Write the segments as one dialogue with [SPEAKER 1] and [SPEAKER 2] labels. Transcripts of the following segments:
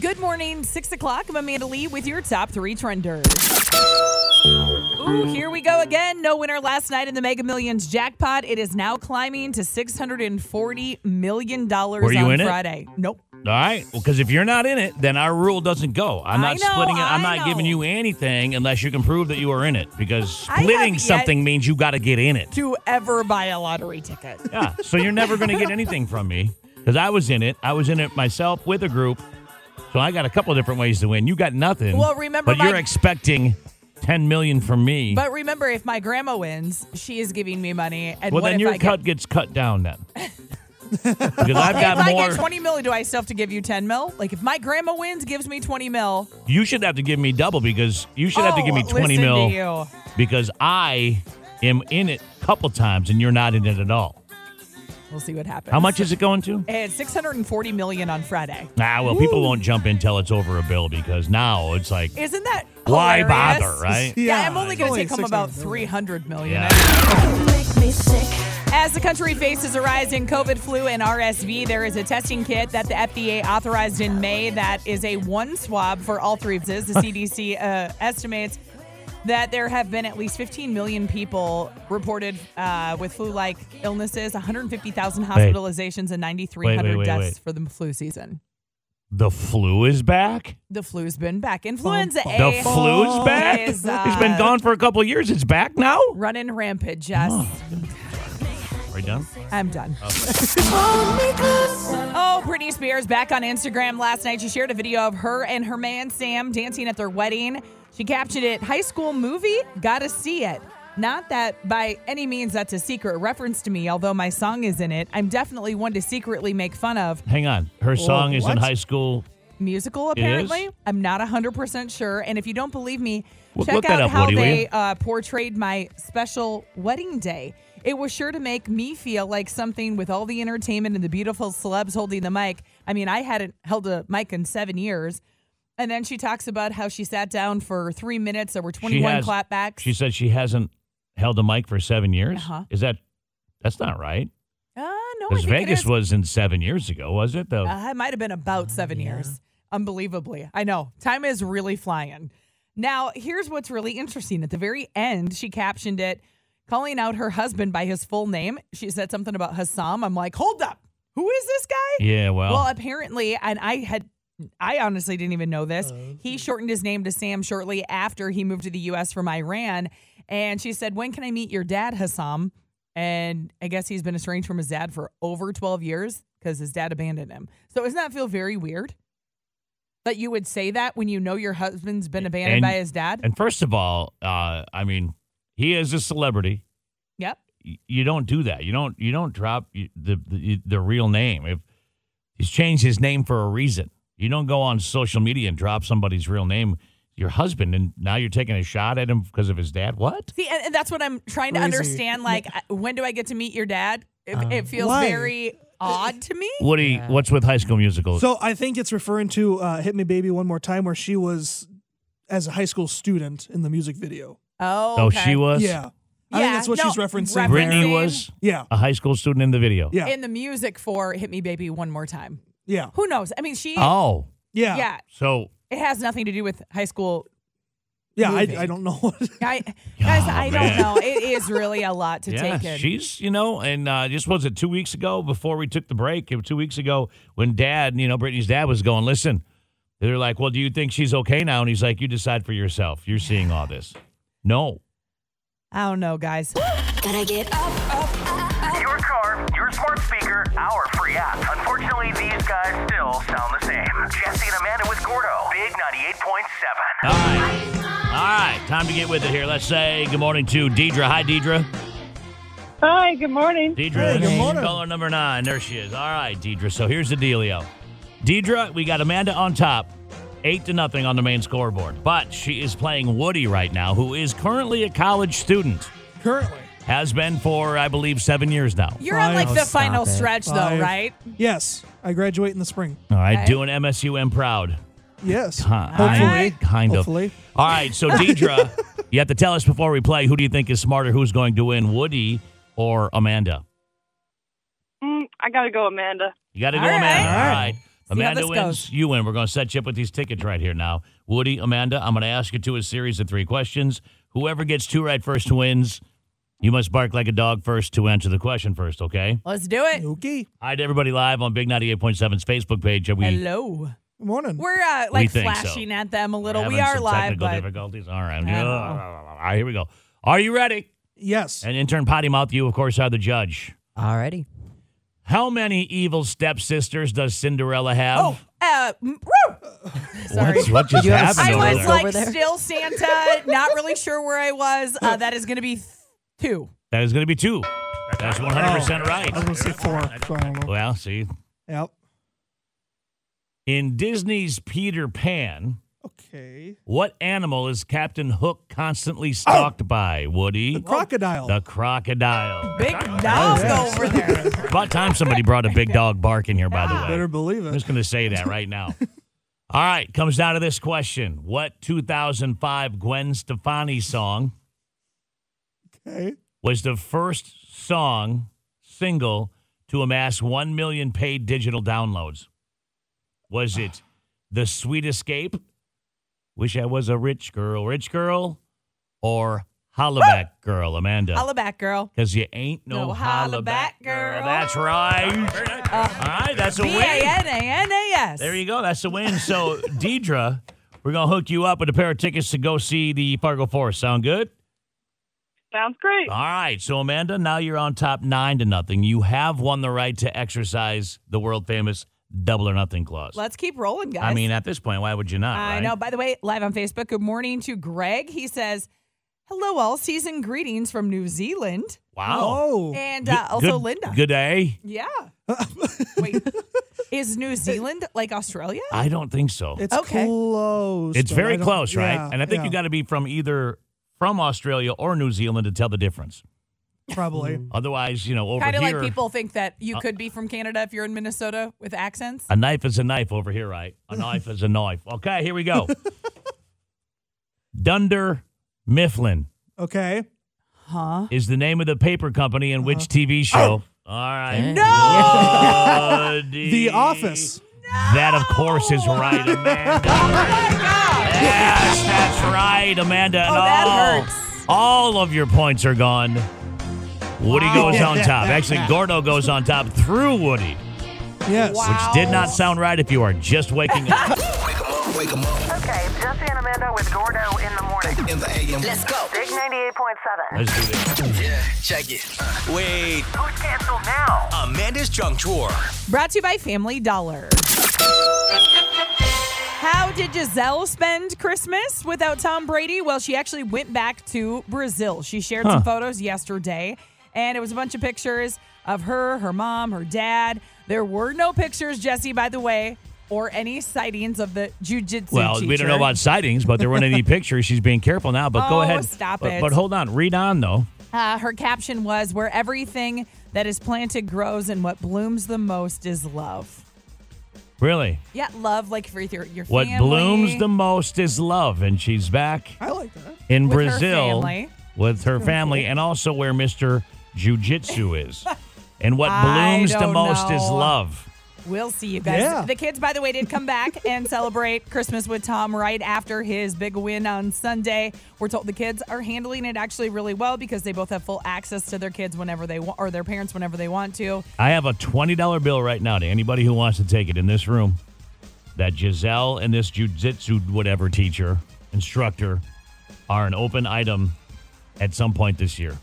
[SPEAKER 1] Good morning, six o'clock. I'm Amanda Lee with your top three trenders. Ooh, here we go again. No winner last night in the Mega Millions jackpot. It is now climbing to $640 million
[SPEAKER 2] Were you
[SPEAKER 1] on
[SPEAKER 2] in it?
[SPEAKER 1] Friday. Nope.
[SPEAKER 2] All right. Well, because if you're not in it, then our rule doesn't go. I'm
[SPEAKER 1] I
[SPEAKER 2] not
[SPEAKER 1] know,
[SPEAKER 2] splitting it. I'm
[SPEAKER 1] I
[SPEAKER 2] not giving
[SPEAKER 1] know.
[SPEAKER 2] you anything unless you can prove that you are in it. Because
[SPEAKER 1] I have
[SPEAKER 2] splitting
[SPEAKER 1] yet-
[SPEAKER 2] something means you got to get in it.
[SPEAKER 1] To ever buy a lottery ticket.
[SPEAKER 2] Yeah. So you're never going to get anything from me because I was in it. I was in it myself with a group. So I got a couple of different ways to win. You got nothing.
[SPEAKER 1] Well, remember
[SPEAKER 2] But you're
[SPEAKER 1] my-
[SPEAKER 2] expecting 10 million from me.
[SPEAKER 1] But remember, if my grandma wins, she is giving me money. And
[SPEAKER 2] well,
[SPEAKER 1] what
[SPEAKER 2] then
[SPEAKER 1] if
[SPEAKER 2] your
[SPEAKER 1] I get-
[SPEAKER 2] cut gets cut down then. because I've
[SPEAKER 1] if
[SPEAKER 2] got
[SPEAKER 1] I
[SPEAKER 2] more.
[SPEAKER 1] get 20 million, do I still have to give you 10 mil? Like, if my grandma wins, gives me 20 mil.
[SPEAKER 2] You should have to give me double because you should have to give me
[SPEAKER 1] Oh,
[SPEAKER 2] 20
[SPEAKER 1] listen
[SPEAKER 2] mil
[SPEAKER 1] To you.
[SPEAKER 2] because I am in it a couple times and you're not in it at all.
[SPEAKER 1] We'll see what happens.
[SPEAKER 2] How much is it going to?
[SPEAKER 1] It's 640 million on Friday.
[SPEAKER 2] Ah, well, people won't jump in till it's over a bill because now it's like,
[SPEAKER 1] Isn't that
[SPEAKER 2] why
[SPEAKER 1] hilarious?
[SPEAKER 2] bother, right?
[SPEAKER 1] Yeah,
[SPEAKER 3] Yeah,
[SPEAKER 1] I'm only
[SPEAKER 3] it's
[SPEAKER 1] going to
[SPEAKER 3] only
[SPEAKER 1] take home about
[SPEAKER 3] 600
[SPEAKER 1] 300 million.
[SPEAKER 2] Yeah.
[SPEAKER 1] As the country faces a rise in COVID flu and RSV, there is a testing kit that the FDA authorized in May that is a one swab for all three of this. The CDC uh, estimates that there have been at least 15 million people reported uh, with flu like illnesses, 150,000 hospitalizations, and 9,300
[SPEAKER 2] Wait, wait, wait,
[SPEAKER 1] deaths
[SPEAKER 2] wait.
[SPEAKER 1] for the flu season.
[SPEAKER 2] The flu is back?
[SPEAKER 1] The flu's been back. Influenza A. oh,
[SPEAKER 2] The flu's back?
[SPEAKER 1] is,
[SPEAKER 2] it's
[SPEAKER 1] uh,
[SPEAKER 2] been gone Oh. for a couple years. It's back now?
[SPEAKER 1] Running rampant, Jess.
[SPEAKER 2] Are you done?
[SPEAKER 1] I'm done. oh, Britney Spears back on Instagram last night. She shared a video of her and her man Sam dancing at their wedding. She captioned it High School Movie, gotta see it. Not that by any means that's a secret reference to me, although my song is in it. I'm definitely one to secretly make fun of.
[SPEAKER 2] Hang on. Her song is in
[SPEAKER 3] what?
[SPEAKER 2] high school.
[SPEAKER 1] Musical,
[SPEAKER 2] is?
[SPEAKER 1] apparently. I'm not 100% sure. And if you don't believe me,
[SPEAKER 2] Well,
[SPEAKER 1] check
[SPEAKER 2] look that
[SPEAKER 1] out
[SPEAKER 2] up,
[SPEAKER 1] how
[SPEAKER 2] Woody, will
[SPEAKER 1] they
[SPEAKER 2] you?
[SPEAKER 1] uh, portrayed my special wedding day. It was sure to make me feel like something with all the entertainment and the beautiful celebs holding the mic. I mean, I hadn't held a mic in seven years. And then she talks about how she sat down for three minutes. There were 21
[SPEAKER 2] has-
[SPEAKER 1] clapbacks.
[SPEAKER 2] She said she hasn't held a mic for seven years.
[SPEAKER 1] Uh-huh.
[SPEAKER 2] Is that, that's not right.
[SPEAKER 1] uh, no, I
[SPEAKER 2] Because
[SPEAKER 1] think it
[SPEAKER 2] Vegas
[SPEAKER 1] is.
[SPEAKER 2] was in seven years ago, was it? The,
[SPEAKER 1] Uh, it might have been about seven years. Unbelievably. I know. Time is really flying. Now, here's what's really interesting. At the very end, she captioned it, calling out her husband by his full name. She said something about Hassam. I'm like, hold up. Who is this guy?
[SPEAKER 2] yeah, well.
[SPEAKER 1] Well, apparently, and I had. I honestly didn't even know this. He shortened his name to Sam shortly after he moved to the U.S. from Iran. And she said, When can I meet your dad, Hassam? And I guess he's been estranged from his dad for over 12 years because his dad abandoned him. So doesn't that feel very weird that you would say that when you know your husband's been abandoned
[SPEAKER 2] And-
[SPEAKER 1] by his dad?
[SPEAKER 2] And first of all, uh, I mean, he is a celebrity.
[SPEAKER 1] yep.
[SPEAKER 2] Y- You don't do that. You don't. You don't drop y- the the, the real name. If he's changed his name for a reason, you don't go on social media and drop somebody's real name. Your husband, and now you're taking a shot at him because of his dad. What?
[SPEAKER 1] See, and, and that's what I'm trying to
[SPEAKER 3] Crazy.
[SPEAKER 1] understand. Like, I- when do I get to meet your dad? It, it feels
[SPEAKER 3] Why?
[SPEAKER 1] very odd to me.
[SPEAKER 2] Woody, what's with High School Musical?
[SPEAKER 3] So I think it's referring to uh, "Hit Me, Baby, One More Time," where she was as a high school student in the music video.
[SPEAKER 1] Oh,
[SPEAKER 2] Oh,
[SPEAKER 1] okay.
[SPEAKER 2] she was.
[SPEAKER 3] Yeah, I
[SPEAKER 1] Yeah,
[SPEAKER 3] think that's what
[SPEAKER 1] no,
[SPEAKER 3] she's referencing.
[SPEAKER 1] reference-
[SPEAKER 2] Brittany
[SPEAKER 1] Referencing-
[SPEAKER 2] was
[SPEAKER 3] yeah,
[SPEAKER 2] a high school student in the video.
[SPEAKER 3] yeah,
[SPEAKER 1] in the music for "Hit Me, Baby, One More Time."
[SPEAKER 3] yeah,
[SPEAKER 1] Who knows? I mean, she.
[SPEAKER 2] Oh,
[SPEAKER 3] yeah, yeah.
[SPEAKER 1] yeah,
[SPEAKER 2] so
[SPEAKER 1] it has nothing to do with high school.
[SPEAKER 3] I,
[SPEAKER 1] Movie.
[SPEAKER 3] I don't know. What,
[SPEAKER 1] I, guys,
[SPEAKER 2] Oh,
[SPEAKER 1] I don't
[SPEAKER 2] man.
[SPEAKER 1] know. It is really a lot to
[SPEAKER 2] yeah,
[SPEAKER 1] take in.
[SPEAKER 2] she's you know, and uh, just was it two weeks ago before we took the break? It was Two weeks ago when Dad, you know, Brittany's dad was going, listen. They're like, well, do you think she's okay now? And he's like, you decide for yourself. You're seeing all this. No,
[SPEAKER 1] I don't know, guys.
[SPEAKER 4] Gotta get up.
[SPEAKER 5] Your car, your smart speaker, our free app. Unfortunately, these guys still sound the same. Jesse and Amanda with Gordo. Big 98.7.
[SPEAKER 2] all right, all right, time to get with it here. Let's say good morning to Deidre. Hi, Deidre.
[SPEAKER 6] Hi, good morning.
[SPEAKER 2] Deidre,
[SPEAKER 3] Hey, good morning.
[SPEAKER 2] caller number nine. There she is. All right, Deidre. So here's the dealio. Deidre, we got Amanda on top, eight to nothing on the main scoreboard. But she is playing Woody right now, who is currently a college student.
[SPEAKER 3] Currently.
[SPEAKER 2] Has been for, I believe, seven years now.
[SPEAKER 1] You're on like
[SPEAKER 3] Five.
[SPEAKER 1] the
[SPEAKER 3] Oh,
[SPEAKER 7] stop
[SPEAKER 1] final
[SPEAKER 7] it.
[SPEAKER 1] stretch, though,
[SPEAKER 3] Five.
[SPEAKER 1] right?
[SPEAKER 3] Yes. I graduate in the spring.
[SPEAKER 2] All right,
[SPEAKER 1] Okay.
[SPEAKER 2] doing MSU and proud.
[SPEAKER 3] Yes.
[SPEAKER 2] Huh,
[SPEAKER 3] Hopefully.
[SPEAKER 2] Kind, kind
[SPEAKER 3] Hopefully.
[SPEAKER 2] of. All right, so Deidre, you have to tell us before we play who do you think is smarter, who's going to win, Woody or Amanda?
[SPEAKER 6] Mm, I gotta go, Amanda.
[SPEAKER 2] You got to go,
[SPEAKER 1] All right.
[SPEAKER 2] Amanda.
[SPEAKER 1] All
[SPEAKER 2] All
[SPEAKER 1] right.
[SPEAKER 2] right.
[SPEAKER 1] how
[SPEAKER 2] Amanda
[SPEAKER 1] this
[SPEAKER 2] wins.
[SPEAKER 1] goes.
[SPEAKER 2] You win. We're going to set you up with these tickets right here now. Woody, Amanda, I'm going to ask you to a series of three questions. Whoever gets two right first wins. You must bark like a dog first to answer the question first, okay?
[SPEAKER 1] Let's do it.
[SPEAKER 3] Okay.
[SPEAKER 2] Hi to everybody live on Big 98.7's Facebook page. Are we
[SPEAKER 1] Hello.
[SPEAKER 3] Good morning.
[SPEAKER 1] We're uh, like
[SPEAKER 2] think so.
[SPEAKER 1] flashing at them a
[SPEAKER 2] we're
[SPEAKER 1] little. We
[SPEAKER 2] having
[SPEAKER 1] are
[SPEAKER 2] some
[SPEAKER 1] live,
[SPEAKER 2] technical
[SPEAKER 1] but
[SPEAKER 2] difficulties. All right.
[SPEAKER 1] know.
[SPEAKER 2] All right, here we go. Are you ready?
[SPEAKER 3] yes.
[SPEAKER 2] And intern Potty Mouth, you, of course, are the judge.
[SPEAKER 7] Alrighty.
[SPEAKER 2] How many evil stepsisters does Cinderella have?
[SPEAKER 1] oh, uh, mm, woo! sorry.
[SPEAKER 2] What's, what just
[SPEAKER 7] You have
[SPEAKER 2] happened
[SPEAKER 1] I
[SPEAKER 7] Santa
[SPEAKER 2] over
[SPEAKER 1] was
[SPEAKER 2] there?
[SPEAKER 7] over
[SPEAKER 1] like
[SPEAKER 7] there?
[SPEAKER 1] still Santa, not really sure where I was. Uh, that is going to be th- two.
[SPEAKER 2] That is going to be two.
[SPEAKER 1] Oh.
[SPEAKER 2] That's 100% right.
[SPEAKER 3] I was going to say four. so I don't know.
[SPEAKER 2] Well, see,
[SPEAKER 3] Yep.
[SPEAKER 2] in Disney's Peter Pan,
[SPEAKER 3] Okay.
[SPEAKER 2] what animal is Captain Hook
[SPEAKER 1] Oh.
[SPEAKER 2] constantly stalked by, Woody?
[SPEAKER 3] The crocodile.
[SPEAKER 2] The crocodile.
[SPEAKER 1] Big dog
[SPEAKER 3] yes.
[SPEAKER 1] over there.
[SPEAKER 2] About time somebody brought a big dog bark in here, by the
[SPEAKER 1] Ah.
[SPEAKER 2] way.
[SPEAKER 3] Better believe
[SPEAKER 2] I'm
[SPEAKER 3] it.
[SPEAKER 2] just going to say that right now. All right, comes down to this question. What 2005 Gwen Stefani song
[SPEAKER 3] Okay.
[SPEAKER 2] was the first song single to amass 1 million paid digital downloads? Was it The Sweet Escape, Wish I Was a Rich Girl, Rich Girl, or Hollaback Girl, Amanda?
[SPEAKER 1] Holla back, girl.
[SPEAKER 2] Because you ain't no,
[SPEAKER 1] No
[SPEAKER 2] hollaback,
[SPEAKER 1] hollaback girl.
[SPEAKER 2] That's right. All right, that's a
[SPEAKER 1] B a
[SPEAKER 2] win.
[SPEAKER 1] n a n a s.
[SPEAKER 2] There you go. That's the win. So, Deidre, we're going to hook you up with a pair of tickets to go see the Fargo Forest. Sound good?
[SPEAKER 6] Sounds great.
[SPEAKER 2] All right. So, Amanda, now you're on top nine to nothing. You have won the right to exercise the world famous double or nothing clause.
[SPEAKER 1] Let's keep rolling, guys.
[SPEAKER 2] I mean, at this point, why would you not?
[SPEAKER 1] I
[SPEAKER 2] right?
[SPEAKER 1] know. By the way, live on Facebook. Good morning to Greg. He says, "Hello, all season greetings from New Zealand,"
[SPEAKER 2] Wow.
[SPEAKER 3] Oh.
[SPEAKER 1] and
[SPEAKER 2] Good-
[SPEAKER 1] uh, also
[SPEAKER 2] good-
[SPEAKER 1] Linda.
[SPEAKER 2] Good day.
[SPEAKER 1] Yeah. Wait, is New Zealand like Australia?
[SPEAKER 2] I don't think so.
[SPEAKER 3] It's
[SPEAKER 1] Okay.
[SPEAKER 3] close.
[SPEAKER 2] It's
[SPEAKER 3] but I
[SPEAKER 2] very
[SPEAKER 3] don't-
[SPEAKER 2] close, right?
[SPEAKER 3] yeah,
[SPEAKER 2] and I think
[SPEAKER 3] yeah,
[SPEAKER 2] you got to be from either from Australia or New Zealand to tell the difference.
[SPEAKER 3] probably.
[SPEAKER 2] Mm. Otherwise, you know, over
[SPEAKER 1] Kind of like
[SPEAKER 2] here, Uh,
[SPEAKER 1] people think that you could be from Canada if you're in Minnesota with accents.
[SPEAKER 2] A knife is a knife over here, right? A knife is a knife. Okay, here we go. Dunder Mifflin
[SPEAKER 3] Okay.
[SPEAKER 1] Huh?
[SPEAKER 2] is the name of the paper company in
[SPEAKER 1] Uh-huh.
[SPEAKER 2] which TV show?
[SPEAKER 1] Oh.
[SPEAKER 2] All right.
[SPEAKER 1] No!
[SPEAKER 2] Buddy.
[SPEAKER 3] The Office.
[SPEAKER 2] That, of course, is right, Amanda.
[SPEAKER 1] Oh my God.
[SPEAKER 2] yes, that's right, Amanda. And
[SPEAKER 1] Oh, that
[SPEAKER 2] all,
[SPEAKER 1] hurts.
[SPEAKER 2] all of your points are gone. Woody
[SPEAKER 1] Wow.
[SPEAKER 2] goes on top. Actually, Gordo goes on top through Woody,
[SPEAKER 3] Yes.
[SPEAKER 1] Wow.
[SPEAKER 2] which did not sound right if you are just waking up.
[SPEAKER 5] Okay, Jesse and Amanda with Gordo in the morning. In the AM.
[SPEAKER 4] Let's go.
[SPEAKER 5] Big 98.7.
[SPEAKER 2] Let's do this.
[SPEAKER 8] Yeah, check it. Wait,
[SPEAKER 5] Who's canceled now?
[SPEAKER 8] Amanda's junk drawer.
[SPEAKER 1] Brought to you by Family Dollar. How did Giselle spend Christmas without Tom Brady? Well, she actually went back to Brazil. She shared some photos yesterday, and it was a bunch of pictures of her, her mom, her dad. There were no pictures, Jesse, by the way, or any sightings of the jujitsu.
[SPEAKER 2] Well, we don't
[SPEAKER 1] teacher.
[SPEAKER 2] know about sightings, but there weren't any pictures. She's being careful now. But go
[SPEAKER 1] Oh,
[SPEAKER 2] ahead.
[SPEAKER 1] stop
[SPEAKER 2] but,
[SPEAKER 1] it.
[SPEAKER 2] But hold on. Read on though.
[SPEAKER 1] Uh, her caption was "Where everything that is planted grows, and what blooms the most is love."
[SPEAKER 2] Really,
[SPEAKER 1] Yeah, love like for your your
[SPEAKER 2] what
[SPEAKER 1] family.
[SPEAKER 2] blooms the most is love, and she's back
[SPEAKER 3] I like that.
[SPEAKER 2] in
[SPEAKER 1] With her
[SPEAKER 2] Brazil
[SPEAKER 1] family.
[SPEAKER 2] with her family, and also where Mister Jiu-Jitsu is. and what
[SPEAKER 1] I
[SPEAKER 2] blooms the
[SPEAKER 1] don't
[SPEAKER 2] most is
[SPEAKER 1] know.
[SPEAKER 2] love.
[SPEAKER 1] We'll see you guys.
[SPEAKER 3] Yeah.
[SPEAKER 1] The kids, by the way, did come back and celebrate Christmas with Tom right after his big win on Sunday. We're told the kids are handling it actually really well because they both have full access to their kids whenever they want or their parents whenever they want to.
[SPEAKER 2] I have a twenty dollar bill right now to anybody who wants to take it in this room. That Giselle and this jiu-jitsu whatever teacher instructor are an open item at some point this year.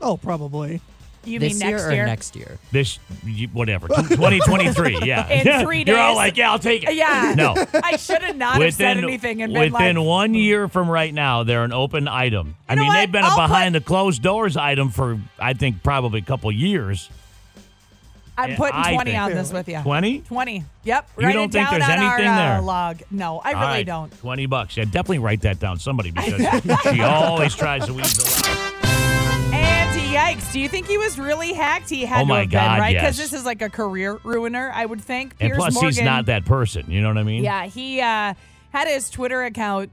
[SPEAKER 3] Oh, probably.
[SPEAKER 1] You
[SPEAKER 7] this
[SPEAKER 1] mean
[SPEAKER 7] year
[SPEAKER 1] next
[SPEAKER 7] or
[SPEAKER 1] year?
[SPEAKER 7] next year?
[SPEAKER 2] This you- whatever 2023. Yeah,
[SPEAKER 1] In
[SPEAKER 2] Yeah.
[SPEAKER 1] three
[SPEAKER 2] You're all
[SPEAKER 1] days.
[SPEAKER 2] like, yeah, I'll take it.
[SPEAKER 1] Yeah.
[SPEAKER 2] No.
[SPEAKER 1] I should have not have said anything and been
[SPEAKER 2] within
[SPEAKER 1] like,
[SPEAKER 2] one year from right now, they're an open item. I
[SPEAKER 1] know
[SPEAKER 2] mean,
[SPEAKER 1] what?
[SPEAKER 2] they've been
[SPEAKER 1] I'll
[SPEAKER 2] a
[SPEAKER 1] put-
[SPEAKER 2] behind the closed doors item for I think probably a couple years.
[SPEAKER 1] I'm putting
[SPEAKER 2] I
[SPEAKER 1] 20
[SPEAKER 2] think-
[SPEAKER 1] on this with you.
[SPEAKER 2] 20?
[SPEAKER 1] 20. Yep.
[SPEAKER 2] You
[SPEAKER 1] Write
[SPEAKER 2] don't
[SPEAKER 1] it
[SPEAKER 2] think
[SPEAKER 1] down
[SPEAKER 2] there's
[SPEAKER 1] on
[SPEAKER 2] anything
[SPEAKER 1] our, uh,
[SPEAKER 2] there?
[SPEAKER 1] log. No, I really
[SPEAKER 2] All right,
[SPEAKER 1] don't.
[SPEAKER 2] Twenty bucks. Yeah, definitely write that down. Somebody because she always tries to weasel out.
[SPEAKER 1] And yikes. Do you think he was really hacked? He had
[SPEAKER 2] Oh
[SPEAKER 1] to
[SPEAKER 2] my
[SPEAKER 1] have
[SPEAKER 2] God,
[SPEAKER 1] been, right?
[SPEAKER 2] yes.
[SPEAKER 1] this is like a career ruiner, I would think.
[SPEAKER 2] And
[SPEAKER 1] Piers
[SPEAKER 2] plus, he's
[SPEAKER 1] Morgan-
[SPEAKER 2] not that person. You know what I mean?
[SPEAKER 1] Yeah, he uh, had his Twitter account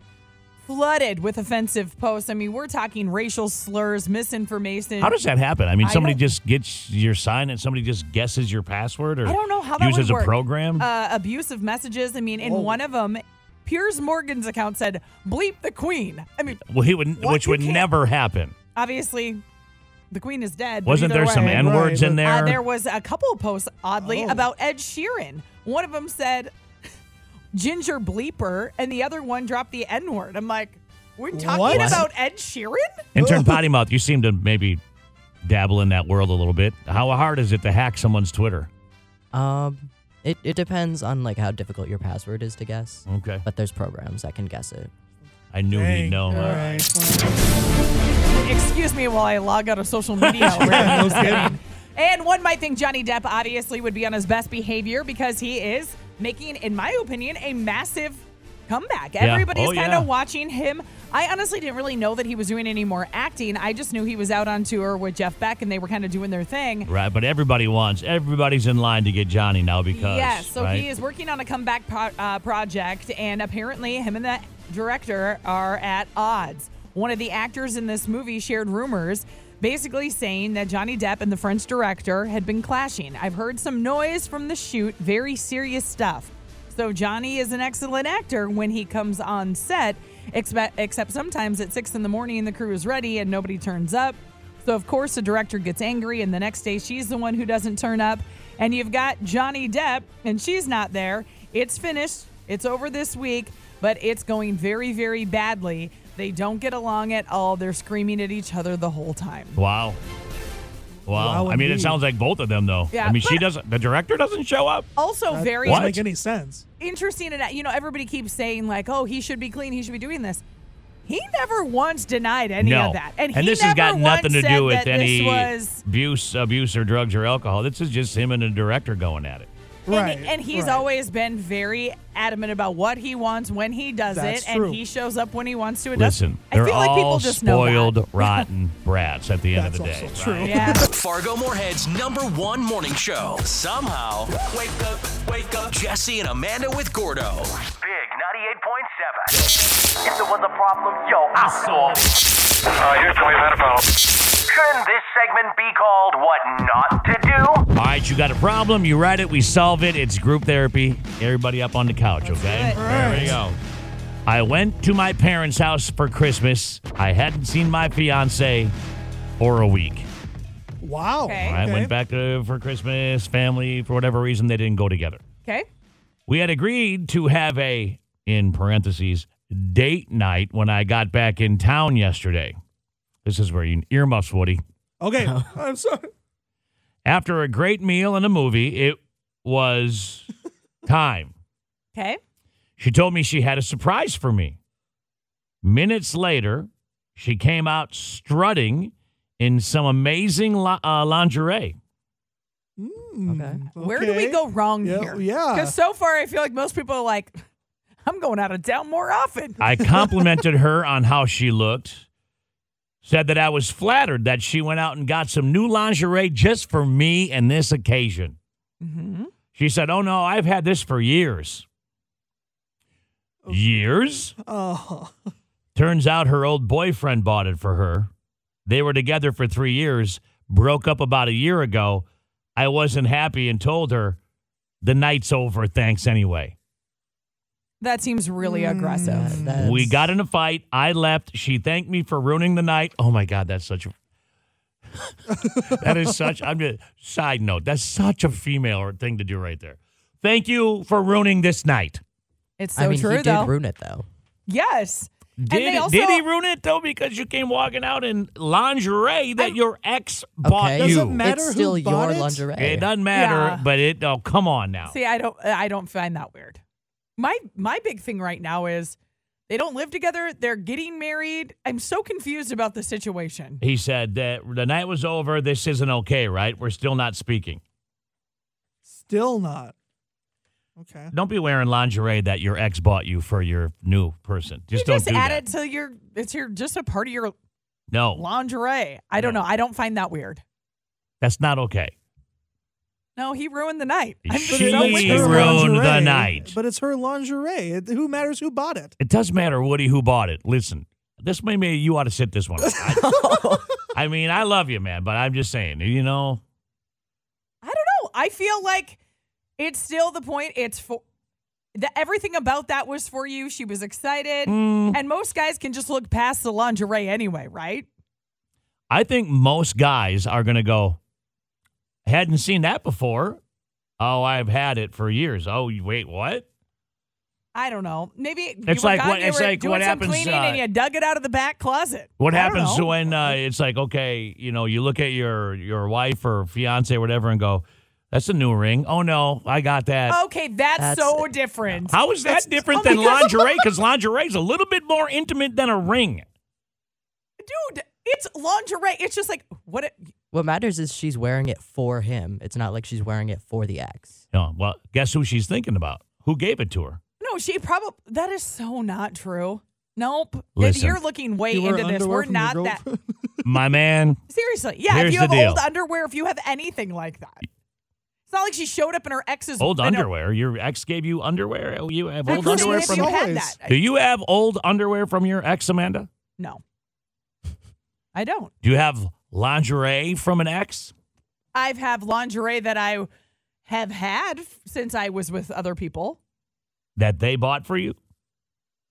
[SPEAKER 1] flooded with offensive posts. I mean, we're talking racial slurs, misinformation.
[SPEAKER 2] How does that happen? I mean,
[SPEAKER 1] I
[SPEAKER 2] somebody
[SPEAKER 1] don't-
[SPEAKER 2] just gets your sign and somebody just guesses your password or
[SPEAKER 1] I don't know how that
[SPEAKER 2] uses
[SPEAKER 1] would work.
[SPEAKER 2] a program.
[SPEAKER 1] Uh, abusive messages. I mean, in one of them, Piers Morgan's account said "bleep the queen." I mean,
[SPEAKER 2] well, he would,
[SPEAKER 1] what?
[SPEAKER 2] which
[SPEAKER 1] You
[SPEAKER 2] would
[SPEAKER 1] can't-
[SPEAKER 2] never happen.
[SPEAKER 1] obviously, the queen is dead. but
[SPEAKER 2] Wasn't
[SPEAKER 1] either
[SPEAKER 2] there some
[SPEAKER 1] way-
[SPEAKER 2] n words
[SPEAKER 3] right,
[SPEAKER 2] in
[SPEAKER 3] but-
[SPEAKER 2] there? Oh.
[SPEAKER 1] Uh, there was a couple posts, oddly, about Ed Sheeran. One of them said "ginger bleeper," and the other one dropped the N word. I'm like, we're talking
[SPEAKER 3] What?
[SPEAKER 1] about Ed Sheeran.
[SPEAKER 2] Intern potty mouth, you seem to maybe dabble in that world a little bit. How hard is it to hack someone's Twitter?
[SPEAKER 7] Um, it, it depends on like how difficult your password is to guess.
[SPEAKER 2] Okay,
[SPEAKER 7] But there's programs that can guess it.
[SPEAKER 2] I knew he'd
[SPEAKER 3] Dang.
[SPEAKER 2] know.
[SPEAKER 3] All right.
[SPEAKER 1] Excuse me while I log out of social media.
[SPEAKER 3] Yeah, no kidding.
[SPEAKER 1] And one might think Johnny Depp obviously would be on his best behavior because he is making, in my opinion, a massive comeback. Everybody's
[SPEAKER 2] Oh,
[SPEAKER 1] kind
[SPEAKER 2] yeah.
[SPEAKER 1] of watching him. I honestly didn't really know that he was doing any more acting. I just knew he was out on tour with Jeff Beck and they were kind of doing their thing.
[SPEAKER 2] Right, but everybody wants. Everybody's in line to get Johnny now because
[SPEAKER 1] Yes, so
[SPEAKER 2] right?
[SPEAKER 1] he is working on a comeback pro- uh, project, and apparently, him and the director are at odds. One of the actors in this movie shared rumors basically saying that Johnny Depp and the French director had been clashing. I've heard some noise from the shoot, very serious stuff. So, Johnny is an excellent actor when he comes on set, expe- except sometimes at six in the morning, the crew is ready and nobody turns up. So, of course, the director gets angry, and the next day she's the one who doesn't turn up. And you've got Johnny Depp, and she's not there. It's finished, it's over this week, but it's going very, very badly. They don't get along at all. They're screaming at each other the whole time.
[SPEAKER 2] Wow. Wow.
[SPEAKER 3] Wow,
[SPEAKER 2] I mean, it
[SPEAKER 3] indeed.
[SPEAKER 2] sounds like both of them, though.
[SPEAKER 1] Yeah,
[SPEAKER 2] I mean, she
[SPEAKER 1] but-
[SPEAKER 2] doesn't, the director doesn't show up.
[SPEAKER 1] Also, very
[SPEAKER 3] Doesn't
[SPEAKER 2] What?
[SPEAKER 3] make any sense.
[SPEAKER 1] interesting, and you know, everybody keeps saying, like, oh, he should be clean, he should be doing this. He never once denied any
[SPEAKER 2] no.
[SPEAKER 1] of that. And, he
[SPEAKER 2] this has
[SPEAKER 1] never
[SPEAKER 2] got nothing
[SPEAKER 1] once
[SPEAKER 2] to
[SPEAKER 1] said
[SPEAKER 2] do with
[SPEAKER 1] that
[SPEAKER 2] any
[SPEAKER 1] This was
[SPEAKER 2] abuse, abuse, or drugs or alcohol. This is just him and the director going at it.
[SPEAKER 3] Right.
[SPEAKER 1] And, and he's
[SPEAKER 3] right.
[SPEAKER 1] always been very adamant about what he wants, when he does
[SPEAKER 3] That's
[SPEAKER 1] it,
[SPEAKER 3] true.
[SPEAKER 1] and he shows up when he wants to. It
[SPEAKER 2] Listen,
[SPEAKER 1] doesn't.
[SPEAKER 2] they're
[SPEAKER 1] I feel like people
[SPEAKER 2] all
[SPEAKER 1] just know that.
[SPEAKER 2] spoiled, rotten brats at the end
[SPEAKER 3] That's
[SPEAKER 2] of the day.
[SPEAKER 3] also true.
[SPEAKER 1] Yeah.
[SPEAKER 8] Fargo Moorhead's number one morning show. Somehow, wake up, wake up, Jesse and Amanda with Gordo.
[SPEAKER 5] Big 98.7. If there was a problem, yo, I solve it. Uh, here's Tony had a problem. Shouldn't this segment be called What Not to Do?
[SPEAKER 2] All right, you got a problem, you write it, we solve it. It's group therapy. Everybody up on the couch, okay?
[SPEAKER 1] it.
[SPEAKER 2] There we go. I went to my parents' house for Christmas. I hadn't seen my fiance for a week.
[SPEAKER 3] Wow.
[SPEAKER 1] Okay.
[SPEAKER 2] I went back to, for Christmas, family, for whatever reason, they didn't go together.
[SPEAKER 1] Okay.
[SPEAKER 2] We had agreed to have a, in parentheses, date night when I got back in town yesterday. This is where you earmuffs, Woody.
[SPEAKER 3] Okay. I'm sorry.
[SPEAKER 2] After a great meal and a movie, it was time.
[SPEAKER 1] Okay.
[SPEAKER 2] She told me she had a surprise for me. Minutes later, she came out strutting in some amazing la- uh, lingerie.
[SPEAKER 7] Okay.
[SPEAKER 1] Where do
[SPEAKER 3] Hmm. Mm,
[SPEAKER 1] we
[SPEAKER 3] Okay.
[SPEAKER 1] go wrong
[SPEAKER 3] Yeah,
[SPEAKER 1] here?
[SPEAKER 3] yeah.
[SPEAKER 1] Because so far, I feel like most people are like, I'm going out of town more often.
[SPEAKER 2] I complimented her on how she looked, said that I was flattered that she went out and got some new lingerie just for me and this occasion. She said, Oh no, I've had this for years. Years?
[SPEAKER 3] Oh.
[SPEAKER 2] Turns out her old boyfriend bought it for her. They were together for three years, broke up about a year ago. I wasn't happy and told her, The night's over. Thanks anyway.
[SPEAKER 1] that seems really
[SPEAKER 3] Mm.
[SPEAKER 1] aggressive.
[SPEAKER 2] We got in a fight. I left. She thanked me for ruining the night. Oh my God, that's such a. that is such. I'm just side note. That's such a female thing to do right there. Thank you for ruining this night.
[SPEAKER 1] It's so
[SPEAKER 7] I mean,
[SPEAKER 1] true,
[SPEAKER 7] he
[SPEAKER 1] though.
[SPEAKER 7] did ruin it though.
[SPEAKER 1] yes.
[SPEAKER 2] Did,
[SPEAKER 1] they also-
[SPEAKER 2] did he ruin it though? Because you came walking out in lingerie that your ex bought
[SPEAKER 7] Okay.
[SPEAKER 2] you.
[SPEAKER 3] Doesn't matter
[SPEAKER 7] it's
[SPEAKER 3] who
[SPEAKER 7] still
[SPEAKER 3] bought
[SPEAKER 7] your
[SPEAKER 3] it.
[SPEAKER 7] lingerie.
[SPEAKER 2] It doesn't matter,
[SPEAKER 1] Yeah.
[SPEAKER 2] but it. Oh, come on now.
[SPEAKER 1] See, I don't I don't find that weird. My my big thing right now is they don't live together, they're getting married. I'm so confused about the situation.
[SPEAKER 2] he said that the night was over. This isn't okay, right? We're still not speaking.
[SPEAKER 3] Still not. Okay.
[SPEAKER 2] Don't be wearing lingerie that your ex bought you for your new person. Just
[SPEAKER 1] you
[SPEAKER 2] don't
[SPEAKER 1] just
[SPEAKER 2] do
[SPEAKER 1] add
[SPEAKER 2] that. Oh.
[SPEAKER 1] it to your it's your just a part of your
[SPEAKER 2] No,
[SPEAKER 1] lingerie. I don't know. I don't find that weird.
[SPEAKER 2] that's not okay.
[SPEAKER 1] No, he ruined the night. I'm just
[SPEAKER 2] She
[SPEAKER 1] so
[SPEAKER 3] It's her
[SPEAKER 1] weird.
[SPEAKER 2] ruined the
[SPEAKER 3] lingerie,
[SPEAKER 2] night.
[SPEAKER 3] But it's her lingerie. It- who matters who bought it?
[SPEAKER 2] It doesn't matter, Woody, who bought it. Listen, this may be you ought to sit this one. out. I, I mean, I love you, man, but I'm just saying, you know,
[SPEAKER 1] I don't know. I feel like it's still the point. It's for the, everything about that was for you. She was excited,
[SPEAKER 2] Mm.
[SPEAKER 1] and most guys can just look past the lingerie anyway, right?
[SPEAKER 2] I think most guys are going to go, hadn't seen that before. Oh, I've had it for years. Oh, you- wait, what?
[SPEAKER 1] I don't know. Maybe you
[SPEAKER 2] It's
[SPEAKER 1] were
[SPEAKER 2] like
[SPEAKER 1] gone,
[SPEAKER 2] what-
[SPEAKER 1] you
[SPEAKER 2] it's
[SPEAKER 1] were
[SPEAKER 2] like
[SPEAKER 1] doing
[SPEAKER 2] what
[SPEAKER 1] some
[SPEAKER 2] happens,
[SPEAKER 1] cleaning and
[SPEAKER 2] uh,
[SPEAKER 1] you dug it out of the back closet.
[SPEAKER 2] What
[SPEAKER 1] I don't
[SPEAKER 2] happens
[SPEAKER 1] know.
[SPEAKER 2] when uh, it's like, okay, you know, you look at your your wife or fiance or whatever and go, that's a new ring. Oh no, I got that.
[SPEAKER 1] Okay, that's,
[SPEAKER 7] That's-
[SPEAKER 1] so different.
[SPEAKER 2] How is that different than lingerie? Because lingerie is a little bit more intimate than a ring.
[SPEAKER 1] Dude, it's lingerie. It's just like what it,
[SPEAKER 7] What matters is she's wearing it for him. It's not like she's wearing it for the ex.
[SPEAKER 2] No, Oh, well, guess who she's thinking about? Who gave it to her?
[SPEAKER 1] No, she probably that is so not true. Nope.
[SPEAKER 2] Listen.
[SPEAKER 1] You're looking way
[SPEAKER 3] You wear
[SPEAKER 1] into this.
[SPEAKER 3] underwear
[SPEAKER 1] We're
[SPEAKER 3] from your
[SPEAKER 1] not that
[SPEAKER 3] girlfriend?
[SPEAKER 2] My man.
[SPEAKER 1] Seriously, yeah.
[SPEAKER 2] Here's
[SPEAKER 1] if you
[SPEAKER 2] the
[SPEAKER 1] have
[SPEAKER 2] deal.
[SPEAKER 1] old underwear, if you have anything like that, it's not like she showed up in her ex's
[SPEAKER 2] Old
[SPEAKER 1] in her-
[SPEAKER 2] underwear. Your ex gave you underwear. Oh, you have
[SPEAKER 1] I'm
[SPEAKER 2] old
[SPEAKER 1] saying
[SPEAKER 2] underwear
[SPEAKER 1] if
[SPEAKER 2] from.
[SPEAKER 1] you
[SPEAKER 3] your-
[SPEAKER 1] had
[SPEAKER 3] Always.
[SPEAKER 1] that.
[SPEAKER 2] Do you have old underwear from your ex, Amanda?
[SPEAKER 1] No, I don't.
[SPEAKER 2] Do you have lingerie from an ex?
[SPEAKER 1] I've have lingerie that I have had f- since I was with other people.
[SPEAKER 2] that they bought for you?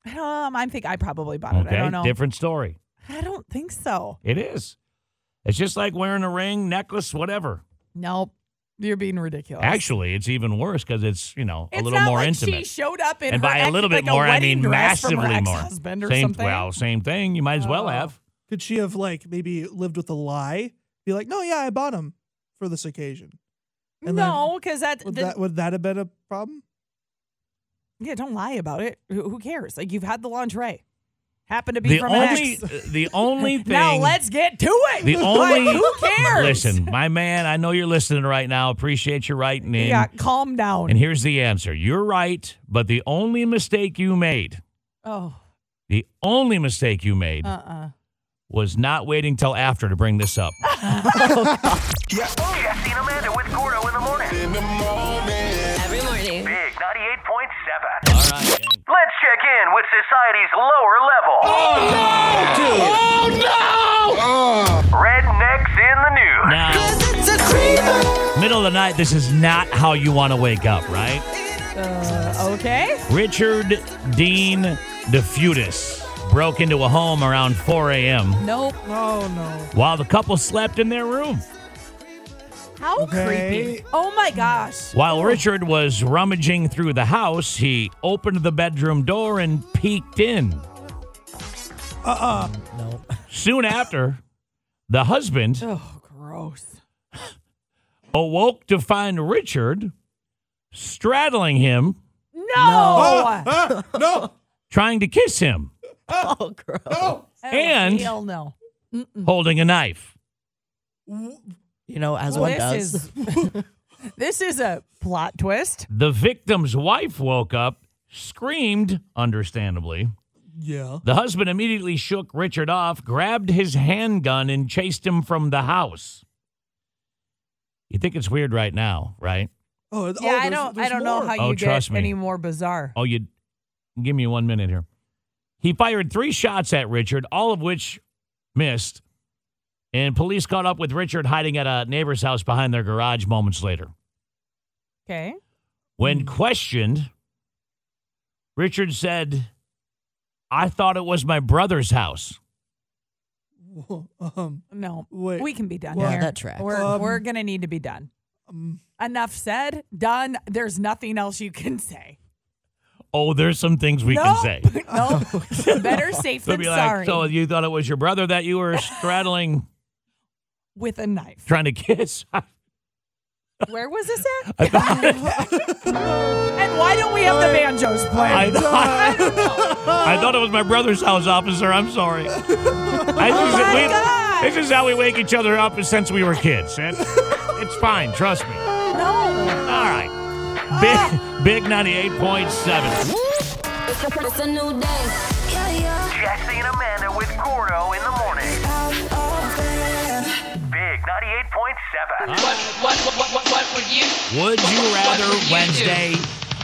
[SPEAKER 1] Um, I think I probably bought it.
[SPEAKER 2] Okay,
[SPEAKER 1] I don't know.
[SPEAKER 2] different story.
[SPEAKER 1] I don't think so.
[SPEAKER 2] It is. It's just like wearing a ring, necklace, whatever.
[SPEAKER 1] Nope. You're being ridiculous.
[SPEAKER 2] Actually, it's even worse because it's you know a
[SPEAKER 1] It's
[SPEAKER 2] little
[SPEAKER 1] not
[SPEAKER 2] more
[SPEAKER 1] like She
[SPEAKER 2] intimate.
[SPEAKER 1] showed up in
[SPEAKER 2] and
[SPEAKER 1] her
[SPEAKER 2] by a
[SPEAKER 1] ex-
[SPEAKER 2] little bit
[SPEAKER 1] like
[SPEAKER 2] more, I
[SPEAKER 1] wedding
[SPEAKER 2] mean
[SPEAKER 1] dress
[SPEAKER 2] massively
[SPEAKER 1] from her
[SPEAKER 2] more.
[SPEAKER 1] ex-husband or
[SPEAKER 2] same,
[SPEAKER 1] something.
[SPEAKER 2] Well, same thing. You might as well
[SPEAKER 1] Oh.
[SPEAKER 2] have.
[SPEAKER 3] Could she have like maybe lived with a lie? Be like, no, yeah, I bought him for this occasion. and then-
[SPEAKER 1] no, because that,
[SPEAKER 3] Would
[SPEAKER 1] the-
[SPEAKER 3] that would that have been a problem?
[SPEAKER 1] yeah, don't lie about it. Who, who cares? Like you've had the lingerie, happened to be
[SPEAKER 2] The
[SPEAKER 1] from
[SPEAKER 2] only, uh,
[SPEAKER 1] X.
[SPEAKER 2] the only thing.
[SPEAKER 1] Now let's get to it.
[SPEAKER 2] The only.
[SPEAKER 1] like, who cares?
[SPEAKER 2] Listen, my man. I know you're listening right now. Appreciate you writing in.
[SPEAKER 1] yeah, calm down.
[SPEAKER 2] And here's the answer. You're right, but the only mistake you made,
[SPEAKER 1] oh,
[SPEAKER 2] the only mistake you made,
[SPEAKER 1] uh, uh
[SPEAKER 2] was not waiting till after to bring this up.
[SPEAKER 5] Jesse and Amanda with Gordo in the morning.
[SPEAKER 4] Every morning.
[SPEAKER 5] Big 98.7.
[SPEAKER 2] All right.
[SPEAKER 5] Let's check in with society's lower level. Oh, no, dude. Oh, no. Rednecks in the news.
[SPEAKER 2] Now, middle of the night, this is not how you want to wake up, right?
[SPEAKER 1] uh, okay.
[SPEAKER 2] Richard Dean DeFutis broke into a home around 4 a.m.
[SPEAKER 1] Nope.
[SPEAKER 3] Oh no.
[SPEAKER 2] while the couple slept in their room.
[SPEAKER 1] How
[SPEAKER 3] Okay.
[SPEAKER 1] creepy. Oh my gosh.
[SPEAKER 2] While Richard was rummaging through the house, he opened the bedroom door and peeked in.
[SPEAKER 7] No.
[SPEAKER 2] Soon after, the husband
[SPEAKER 1] Oh, gross.
[SPEAKER 2] awoke to find Richard straddling him,
[SPEAKER 1] No. Oh,
[SPEAKER 3] no.
[SPEAKER 2] trying to kiss him,
[SPEAKER 7] Oh, gross.
[SPEAKER 2] And-
[SPEAKER 1] hell no.
[SPEAKER 2] holding a knife.
[SPEAKER 7] You know, as
[SPEAKER 1] Well,
[SPEAKER 7] one does.
[SPEAKER 1] this is this is a plot twist.
[SPEAKER 2] The victim's wife woke up, screamed, understandably.
[SPEAKER 3] Yeah.
[SPEAKER 2] The husband immediately shook Richard off, grabbed his handgun, and chased him from the house. You think it's weird right now, right?
[SPEAKER 3] Oh, oh,
[SPEAKER 1] Yeah, I
[SPEAKER 3] there's-
[SPEAKER 1] don't I
[SPEAKER 3] there's
[SPEAKER 1] don't know
[SPEAKER 3] more.
[SPEAKER 1] how you
[SPEAKER 2] Oh,
[SPEAKER 1] get
[SPEAKER 2] trust me.
[SPEAKER 1] any more bizarre.
[SPEAKER 2] Oh, you give me one minute here. He fired three shots at Richard, all of which missed. And police caught up with Richard hiding at a neighbor's house behind their garage moments later.
[SPEAKER 1] Okay. Hmm.
[SPEAKER 2] When questioned, Richard said, I thought it was my brother's house.
[SPEAKER 3] um,
[SPEAKER 1] No.
[SPEAKER 3] Wait.
[SPEAKER 1] We can be done
[SPEAKER 7] Yeah,
[SPEAKER 1] here.
[SPEAKER 7] that tracks.
[SPEAKER 1] We're
[SPEAKER 3] Um,
[SPEAKER 1] we're gonna need to be done.
[SPEAKER 3] um,
[SPEAKER 1] Enough said, done. There's nothing else you can say.
[SPEAKER 2] oh, there's some things we
[SPEAKER 1] Nope.
[SPEAKER 2] can say.
[SPEAKER 1] no, better safe
[SPEAKER 2] They'll
[SPEAKER 1] than
[SPEAKER 2] be like,
[SPEAKER 1] sorry.
[SPEAKER 2] so you thought it was your brother that you were straddling,
[SPEAKER 1] With a knife.
[SPEAKER 2] trying to kiss?
[SPEAKER 1] Where was this at? and why don't we have the banjos
[SPEAKER 2] I
[SPEAKER 1] playing?
[SPEAKER 2] thought, I thought it was my brother's house, officer. I'm sorry.
[SPEAKER 1] Oh
[SPEAKER 2] This is, we-
[SPEAKER 1] God.
[SPEAKER 2] this is how we wake each other up since we were kids. It- it's fine, trust me. All
[SPEAKER 1] no.
[SPEAKER 2] right. Big, big 98.7.
[SPEAKER 4] It's a new day. Yeah, yeah.
[SPEAKER 5] Jesse and Amanda with Gordo in the morning. Big 98.7.
[SPEAKER 2] Would you rather Wednesday?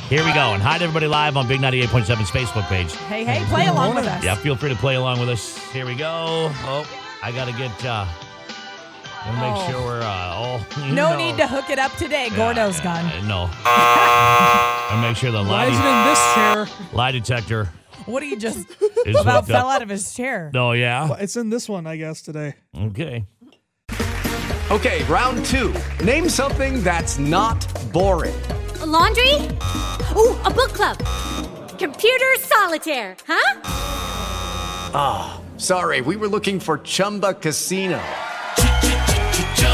[SPEAKER 2] Here we go. And hi to everybody live on Big 98.7's Facebook page.
[SPEAKER 1] Hey, hey, play along with us.
[SPEAKER 2] Yeah, feel free to play along with us. Here we go. Oh, I gotta get. uh Gotta make
[SPEAKER 1] Oh.
[SPEAKER 2] sure we're uh, all. you
[SPEAKER 1] No
[SPEAKER 2] know.
[SPEAKER 1] need to hook it up today. Gordo's gone.
[SPEAKER 2] Uh, no. and make sure the
[SPEAKER 3] Why
[SPEAKER 2] lie,
[SPEAKER 3] is it in this chair?
[SPEAKER 2] lie detector
[SPEAKER 1] What do you just
[SPEAKER 2] is
[SPEAKER 1] about
[SPEAKER 2] hooked
[SPEAKER 1] fell
[SPEAKER 2] up.
[SPEAKER 1] out of his chair?
[SPEAKER 2] Oh yeah.
[SPEAKER 3] It's in this one, I guess, today.
[SPEAKER 2] Okay.
[SPEAKER 8] Okay, round two. Name something that's not boring.
[SPEAKER 9] laundry? Ooh, a book club. Computer solitaire, huh?
[SPEAKER 8] Ah, Sorry, we were looking for Chumba Casino.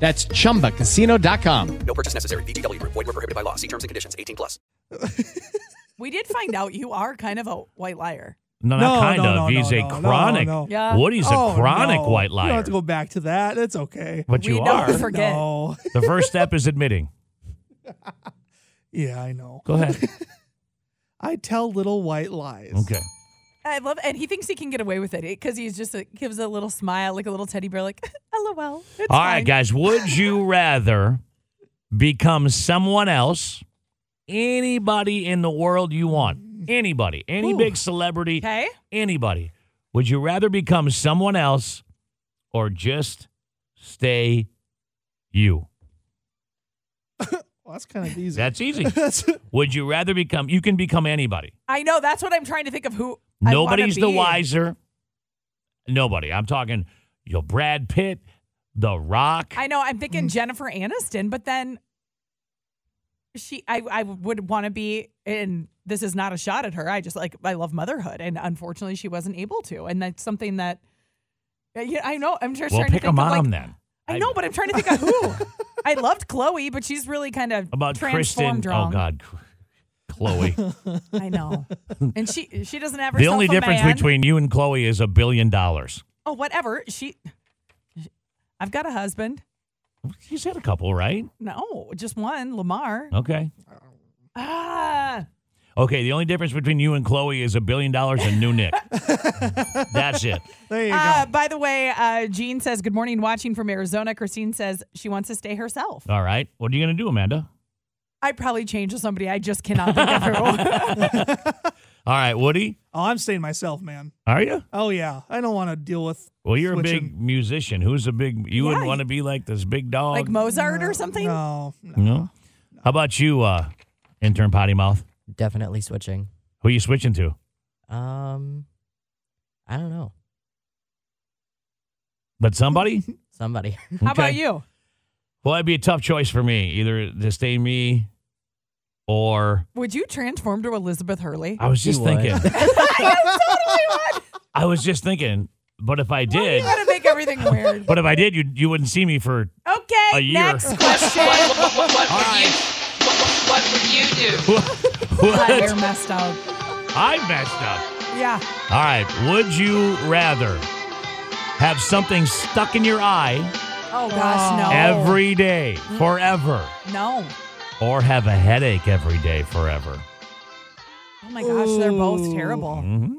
[SPEAKER 10] That's chumbacasino.com.
[SPEAKER 11] No purchase necessary. VGW Group. Void were prohibited by law. See terms and conditions. 18 plus.
[SPEAKER 1] We did find out you are kind of a white liar.
[SPEAKER 2] No,
[SPEAKER 3] No,
[SPEAKER 2] not kind
[SPEAKER 3] no,
[SPEAKER 2] of.
[SPEAKER 3] no,
[SPEAKER 2] He's
[SPEAKER 3] no,
[SPEAKER 2] a
[SPEAKER 3] no, no,
[SPEAKER 2] chronic.
[SPEAKER 3] no.
[SPEAKER 1] Yeah.
[SPEAKER 2] Woody's a
[SPEAKER 3] Oh,
[SPEAKER 2] chronic
[SPEAKER 3] no.
[SPEAKER 2] white
[SPEAKER 3] You don't
[SPEAKER 2] liar.
[SPEAKER 3] have to go back to that. It's okay.
[SPEAKER 2] But
[SPEAKER 1] We
[SPEAKER 2] you
[SPEAKER 1] don't
[SPEAKER 2] are.
[SPEAKER 1] for- Forget.
[SPEAKER 3] No.
[SPEAKER 2] The first step is admitting.
[SPEAKER 3] Yeah, I know.
[SPEAKER 2] Go ahead.
[SPEAKER 3] I tell little white lies.
[SPEAKER 2] Okay.
[SPEAKER 1] I love, and he thinks he can get away with it because he's just a, gives a little smile, like a little teddy bear, like "lol." It's
[SPEAKER 2] All right,
[SPEAKER 1] fine."
[SPEAKER 2] guys. Would you rather become someone else, anybody in the world you want, anybody, any big celebrity,
[SPEAKER 1] Okay.
[SPEAKER 2] anybody? Would you rather become someone else or just stay you?
[SPEAKER 3] Well, that's kind of easy.
[SPEAKER 2] That's easy.
[SPEAKER 3] That's
[SPEAKER 2] Would you rather become? You can become anybody.
[SPEAKER 1] I know that's what I'm trying to think of. Who I wanna
[SPEAKER 2] Nobody's the
[SPEAKER 1] be.
[SPEAKER 2] wiser. Nobody. I'm talking. You're Brad Pitt, The Rock.
[SPEAKER 1] I know. I'm thinking
[SPEAKER 2] Mm.
[SPEAKER 1] Jennifer Aniston, but then she, I, I would want to be. And this is not a shot at her. I just like I love motherhood, and unfortunately, she wasn't able to. And that's something that. Yeah, I know. I'm just
[SPEAKER 2] well,
[SPEAKER 1] trying
[SPEAKER 2] pick
[SPEAKER 1] to think
[SPEAKER 2] a
[SPEAKER 1] of,
[SPEAKER 2] mom
[SPEAKER 1] like,
[SPEAKER 2] then.
[SPEAKER 1] I know, but I'm trying to think of who. I loved Chloe, but she's really kind of
[SPEAKER 2] about Kristen.
[SPEAKER 1] transformed
[SPEAKER 2] Oh
[SPEAKER 1] wrong.
[SPEAKER 2] God, Chloe.
[SPEAKER 1] I know, and she she doesn't have herself
[SPEAKER 2] the only
[SPEAKER 1] a
[SPEAKER 2] difference
[SPEAKER 1] man.
[SPEAKER 2] between you and Chloe is a billion dollars.
[SPEAKER 1] oh whatever she. I've got a husband.
[SPEAKER 2] She's had a couple, right?
[SPEAKER 1] No, just one, Lamar.
[SPEAKER 2] Okay.
[SPEAKER 1] Ah,
[SPEAKER 2] Okay. The only difference between you and Chloe is a billion dollars and new Nick. That's it.
[SPEAKER 3] there you
[SPEAKER 1] Uh, by the way, uh, Jean says, Good morning, watching from Arizona. Christine says she wants to stay herself.
[SPEAKER 2] All right. What are you gonna do, Amanda?
[SPEAKER 1] I'd probably change to somebody I just cannot think of her.
[SPEAKER 2] All right, Woody.
[SPEAKER 3] go. Oh, I'm staying myself, man.
[SPEAKER 2] Are you?
[SPEAKER 3] Oh yeah, I don't want to deal with.
[SPEAKER 2] Well, you're a
[SPEAKER 3] switching.
[SPEAKER 2] big musician. Who's a big? You wouldn't want to be like this big dog.
[SPEAKER 1] like Mozart or something.
[SPEAKER 3] No, no.
[SPEAKER 2] Oh, no. How about you, uh, intern potty mouth?
[SPEAKER 7] Definitely switching.
[SPEAKER 2] Who are you switching to?
[SPEAKER 7] Um, I don't know.
[SPEAKER 2] But somebody.
[SPEAKER 7] Somebody.
[SPEAKER 1] How about
[SPEAKER 2] Okay.
[SPEAKER 1] you?
[SPEAKER 2] Well, that'd be a tough choice for me. Either to stay me or
[SPEAKER 1] Would you transform to Elizabeth Hurley?
[SPEAKER 2] I was
[SPEAKER 7] You
[SPEAKER 2] just
[SPEAKER 7] would.
[SPEAKER 2] thinking. I was just thinking, but if I did,
[SPEAKER 1] You gotta make everything weird.
[SPEAKER 2] but if I did, you you wouldn't see me for
[SPEAKER 1] Okay,
[SPEAKER 2] A year.
[SPEAKER 1] next question. You're
[SPEAKER 2] what?
[SPEAKER 1] messed up.
[SPEAKER 2] I messed up.
[SPEAKER 1] Yeah.
[SPEAKER 2] All right, would you rather have something stuck in your eye
[SPEAKER 1] Oh gosh, no.
[SPEAKER 2] every day forever
[SPEAKER 1] no.
[SPEAKER 2] or have a headache every day forever?
[SPEAKER 1] Oh my gosh, they're both
[SPEAKER 3] Ooh.
[SPEAKER 1] terrible.
[SPEAKER 2] Mhm.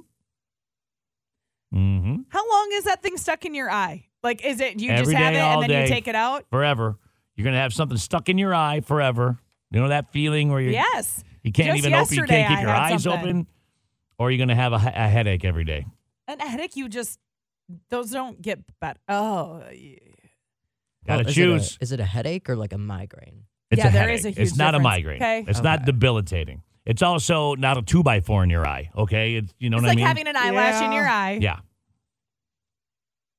[SPEAKER 2] Mm-hmm.
[SPEAKER 1] How long is that thing stuck in your eye? Like, is it you
[SPEAKER 2] Every
[SPEAKER 1] just have
[SPEAKER 2] day,
[SPEAKER 1] it
[SPEAKER 2] all
[SPEAKER 1] and then
[SPEAKER 2] day.
[SPEAKER 1] you take it out?
[SPEAKER 2] Forever. You're going to have something stuck in your eye forever. You know that feeling where you
[SPEAKER 1] Yes.
[SPEAKER 2] you can't
[SPEAKER 1] Just
[SPEAKER 2] even open, you
[SPEAKER 1] yesterday
[SPEAKER 2] can't keep
[SPEAKER 1] I
[SPEAKER 2] your
[SPEAKER 1] had
[SPEAKER 2] eyes
[SPEAKER 1] something.
[SPEAKER 2] open, or you're going to have a, he- a headache every day.
[SPEAKER 1] An headache, you just those don't get better. Oh, y-
[SPEAKER 2] Gotta
[SPEAKER 7] Oh, is it a-
[SPEAKER 2] choose.
[SPEAKER 7] is it a headache or like a migraine?
[SPEAKER 2] It's
[SPEAKER 1] Yeah,
[SPEAKER 2] a
[SPEAKER 1] there
[SPEAKER 2] headache.
[SPEAKER 1] is a
[SPEAKER 2] It's
[SPEAKER 1] huge
[SPEAKER 2] not a
[SPEAKER 1] difference.
[SPEAKER 2] migraine.
[SPEAKER 1] Okay.
[SPEAKER 2] It's not debilitating. It's also not a two by four in your eye. Okay, it's you know
[SPEAKER 1] it's
[SPEAKER 2] what
[SPEAKER 1] like
[SPEAKER 2] I mean.
[SPEAKER 1] having an eyelash in
[SPEAKER 3] Yeah.
[SPEAKER 1] your eye.
[SPEAKER 2] yeah,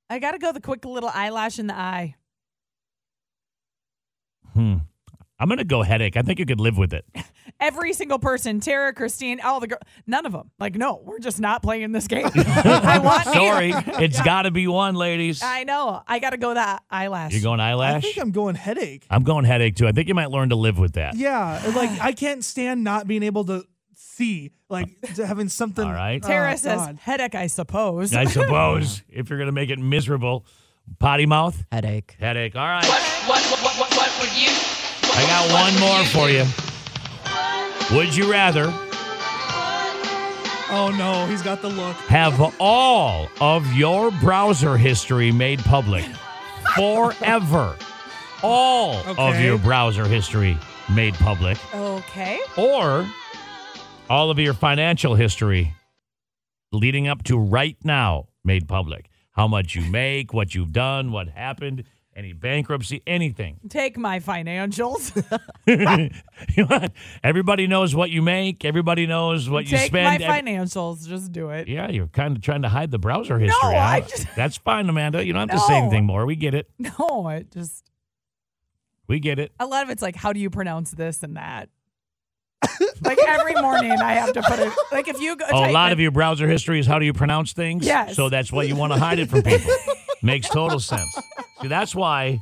[SPEAKER 1] I gotta go the quick little eyelash in the eye.
[SPEAKER 2] hmm. I'm gonna go headache. I think you could live with it.
[SPEAKER 1] Every single person, Tara, Christine, all the girls, none of them. Like, no, we're just not playing this game. I want
[SPEAKER 2] Sorry,
[SPEAKER 1] neither.
[SPEAKER 2] it's got to be one, ladies.
[SPEAKER 1] I know. I gotta go that eyelash.
[SPEAKER 2] You're going
[SPEAKER 3] I
[SPEAKER 2] eyelash.
[SPEAKER 3] think I'm going headache.
[SPEAKER 2] I'm going headache too. I think you might learn to live with that.
[SPEAKER 3] Yeah, like I can't stand not being able to see, like to having something.
[SPEAKER 2] All right.
[SPEAKER 1] Tara
[SPEAKER 3] Oh,
[SPEAKER 1] says
[SPEAKER 3] God.
[SPEAKER 1] headache, I suppose.
[SPEAKER 2] I suppose if you're gonna make it miserable, potty mouth,
[SPEAKER 7] Headache.
[SPEAKER 2] headache. All right,
[SPEAKER 12] What, what, what, what, what would you?
[SPEAKER 2] I got one more for you. Would you rather?
[SPEAKER 3] Oh no, he's got the look.
[SPEAKER 2] have all of your browser history made public forever. All of
[SPEAKER 3] Okay.
[SPEAKER 2] your browser history made public,
[SPEAKER 1] okay.
[SPEAKER 2] or all of your financial history leading up to right now made public. How much you make, what you've done, what happened, any bankruptcy, anything.
[SPEAKER 1] Take my financials.
[SPEAKER 2] everybody knows what you make, everybody knows what you
[SPEAKER 1] Take
[SPEAKER 2] spend.
[SPEAKER 1] my
[SPEAKER 2] Ev-
[SPEAKER 1] financials. Just do it.
[SPEAKER 2] yeah, you're kind of trying to hide the browser history.
[SPEAKER 1] I
[SPEAKER 2] huh?
[SPEAKER 1] just-
[SPEAKER 2] That's fine, Amanda. You don't have to say
[SPEAKER 1] No.
[SPEAKER 2] anything more. We get it.
[SPEAKER 1] No, it just
[SPEAKER 2] We get it.
[SPEAKER 1] a lot of it's like, how do you pronounce this and that? like every morning, I have to put it. Like if you go,
[SPEAKER 2] Oh, a
[SPEAKER 1] type
[SPEAKER 2] lot
[SPEAKER 1] in-
[SPEAKER 2] of your browser history is how do you pronounce things?
[SPEAKER 1] Yes.
[SPEAKER 2] So that's why you want to hide it from people. Makes total sense. See, that's why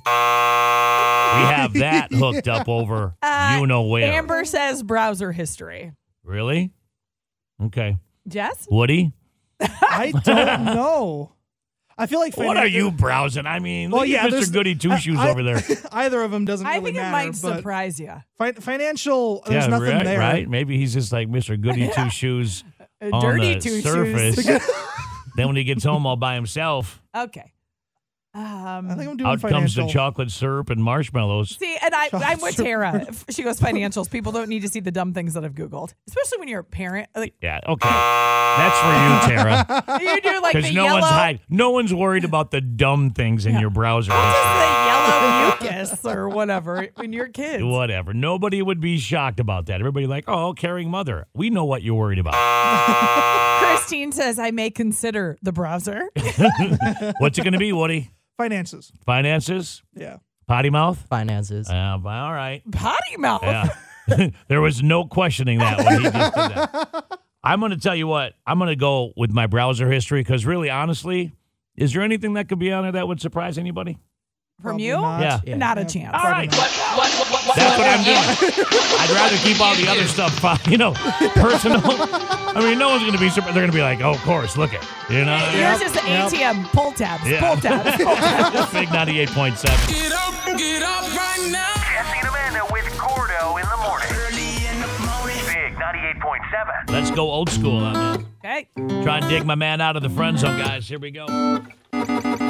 [SPEAKER 2] we have that hooked up over
[SPEAKER 1] Uh,
[SPEAKER 2] you know where.
[SPEAKER 1] Amber says browser history.
[SPEAKER 2] Really? Okay.
[SPEAKER 1] Jess,
[SPEAKER 2] Woody,
[SPEAKER 3] I don't know. I feel like.
[SPEAKER 2] what
[SPEAKER 3] finan-
[SPEAKER 2] are you browsing? I mean, look at
[SPEAKER 3] there's-
[SPEAKER 2] Mr. Goody Two Shoes
[SPEAKER 3] I- I-
[SPEAKER 2] over there.
[SPEAKER 3] Either of them doesn't
[SPEAKER 1] I
[SPEAKER 3] really
[SPEAKER 1] think it
[SPEAKER 3] matter.
[SPEAKER 1] might
[SPEAKER 3] but
[SPEAKER 1] surprise you.
[SPEAKER 3] fi- financial, there's
[SPEAKER 2] yeah,
[SPEAKER 3] nothing
[SPEAKER 2] right,
[SPEAKER 3] there.
[SPEAKER 2] right? Maybe he's just like Mr. Goody Two Shoes
[SPEAKER 1] A
[SPEAKER 2] on
[SPEAKER 1] dirty
[SPEAKER 2] the
[SPEAKER 1] two
[SPEAKER 2] surface.
[SPEAKER 1] shoes.
[SPEAKER 2] then when he gets home all by himself,
[SPEAKER 1] okay. Um,
[SPEAKER 3] I think I'm doing
[SPEAKER 2] out comes
[SPEAKER 3] financial.
[SPEAKER 2] the chocolate syrup and marshmallows.
[SPEAKER 1] See, and I, I'm with
[SPEAKER 3] Sure.
[SPEAKER 1] Tara. She goes financials. People don't need to see the dumb things that I've googled, especially when you're a parent. Like
[SPEAKER 2] Yeah, okay. That's for you, Tara.
[SPEAKER 1] you do like the
[SPEAKER 2] Because no
[SPEAKER 1] yellow,
[SPEAKER 2] one's hide. No one's worried about the dumb things in your browser.
[SPEAKER 1] just the yellow mucus or whatever when you're kids.
[SPEAKER 2] Whatever. Nobody would be shocked about that. Everybody like, oh, caring mother. We know what you're worried about.
[SPEAKER 1] Christine says I may consider the browser.
[SPEAKER 2] What's it going to be, Woody?
[SPEAKER 3] Finances.
[SPEAKER 2] Finances?
[SPEAKER 3] Yeah.
[SPEAKER 2] Potty mouth?
[SPEAKER 7] Finances.
[SPEAKER 2] Uh, all right.
[SPEAKER 1] Potty mouth.
[SPEAKER 2] Yeah. there was no questioning that when he just did that. I'm going to tell you what. I'm going to go with my browser history because really, honestly, is there anything that could be on there that would surprise anybody?
[SPEAKER 1] From
[SPEAKER 3] Probably
[SPEAKER 1] you?
[SPEAKER 3] not.
[SPEAKER 2] Yeah.
[SPEAKER 7] Yeah.
[SPEAKER 1] Not a chance.
[SPEAKER 2] All right.
[SPEAKER 12] What, what, what, what,
[SPEAKER 2] That's what I'm doing. I'd rather keep all the other stuff, fi- you know, personal. I mean, no one's going to be surprised. They're going to be like, oh, of course, look it. You know?
[SPEAKER 1] Yours is the ATM pull tabs.
[SPEAKER 2] Yeah.
[SPEAKER 1] Pull tabs. Pull tabs.
[SPEAKER 2] Big 98.7.
[SPEAKER 12] Get up, get up right now.
[SPEAKER 5] Jesse and Amanda with Gordo in the morning. Big 98.7.
[SPEAKER 2] Let's go old school on that.
[SPEAKER 1] okay.
[SPEAKER 2] Try and dig my man out of the friend zone, guys. Here we go.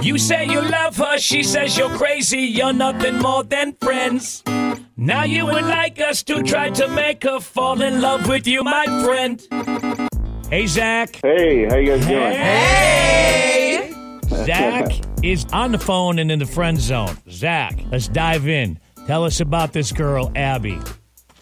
[SPEAKER 2] You say you love her, she says you're crazy, you're nothing more than friends. Now you would like us to try to make her fall in love with you, my friend. Hey, Zach.
[SPEAKER 13] Hey, how you guys doing?
[SPEAKER 2] Hey! Zach is on the phone and in the friend zone. Zach, let's dive in. Tell us about this girl, Abby.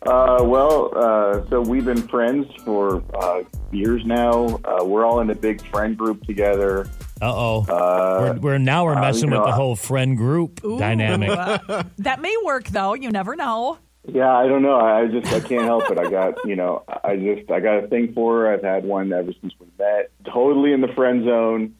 [SPEAKER 13] Uh, well, uh, so we've been friends for uh, years now. Uh, we're all in a big friend group together.
[SPEAKER 2] Uh oh.
[SPEAKER 13] Uh,
[SPEAKER 2] We're, we're now we're
[SPEAKER 13] uh,
[SPEAKER 2] messing
[SPEAKER 13] you know,
[SPEAKER 2] with the
[SPEAKER 13] I-
[SPEAKER 2] whole friend group dynamic.
[SPEAKER 1] Uh, that may work though. You never know.
[SPEAKER 13] yeah, I don't know. I just I can't help it. I got you know I just I got a thing for her. I've had one ever since we met. Totally in the friend zone,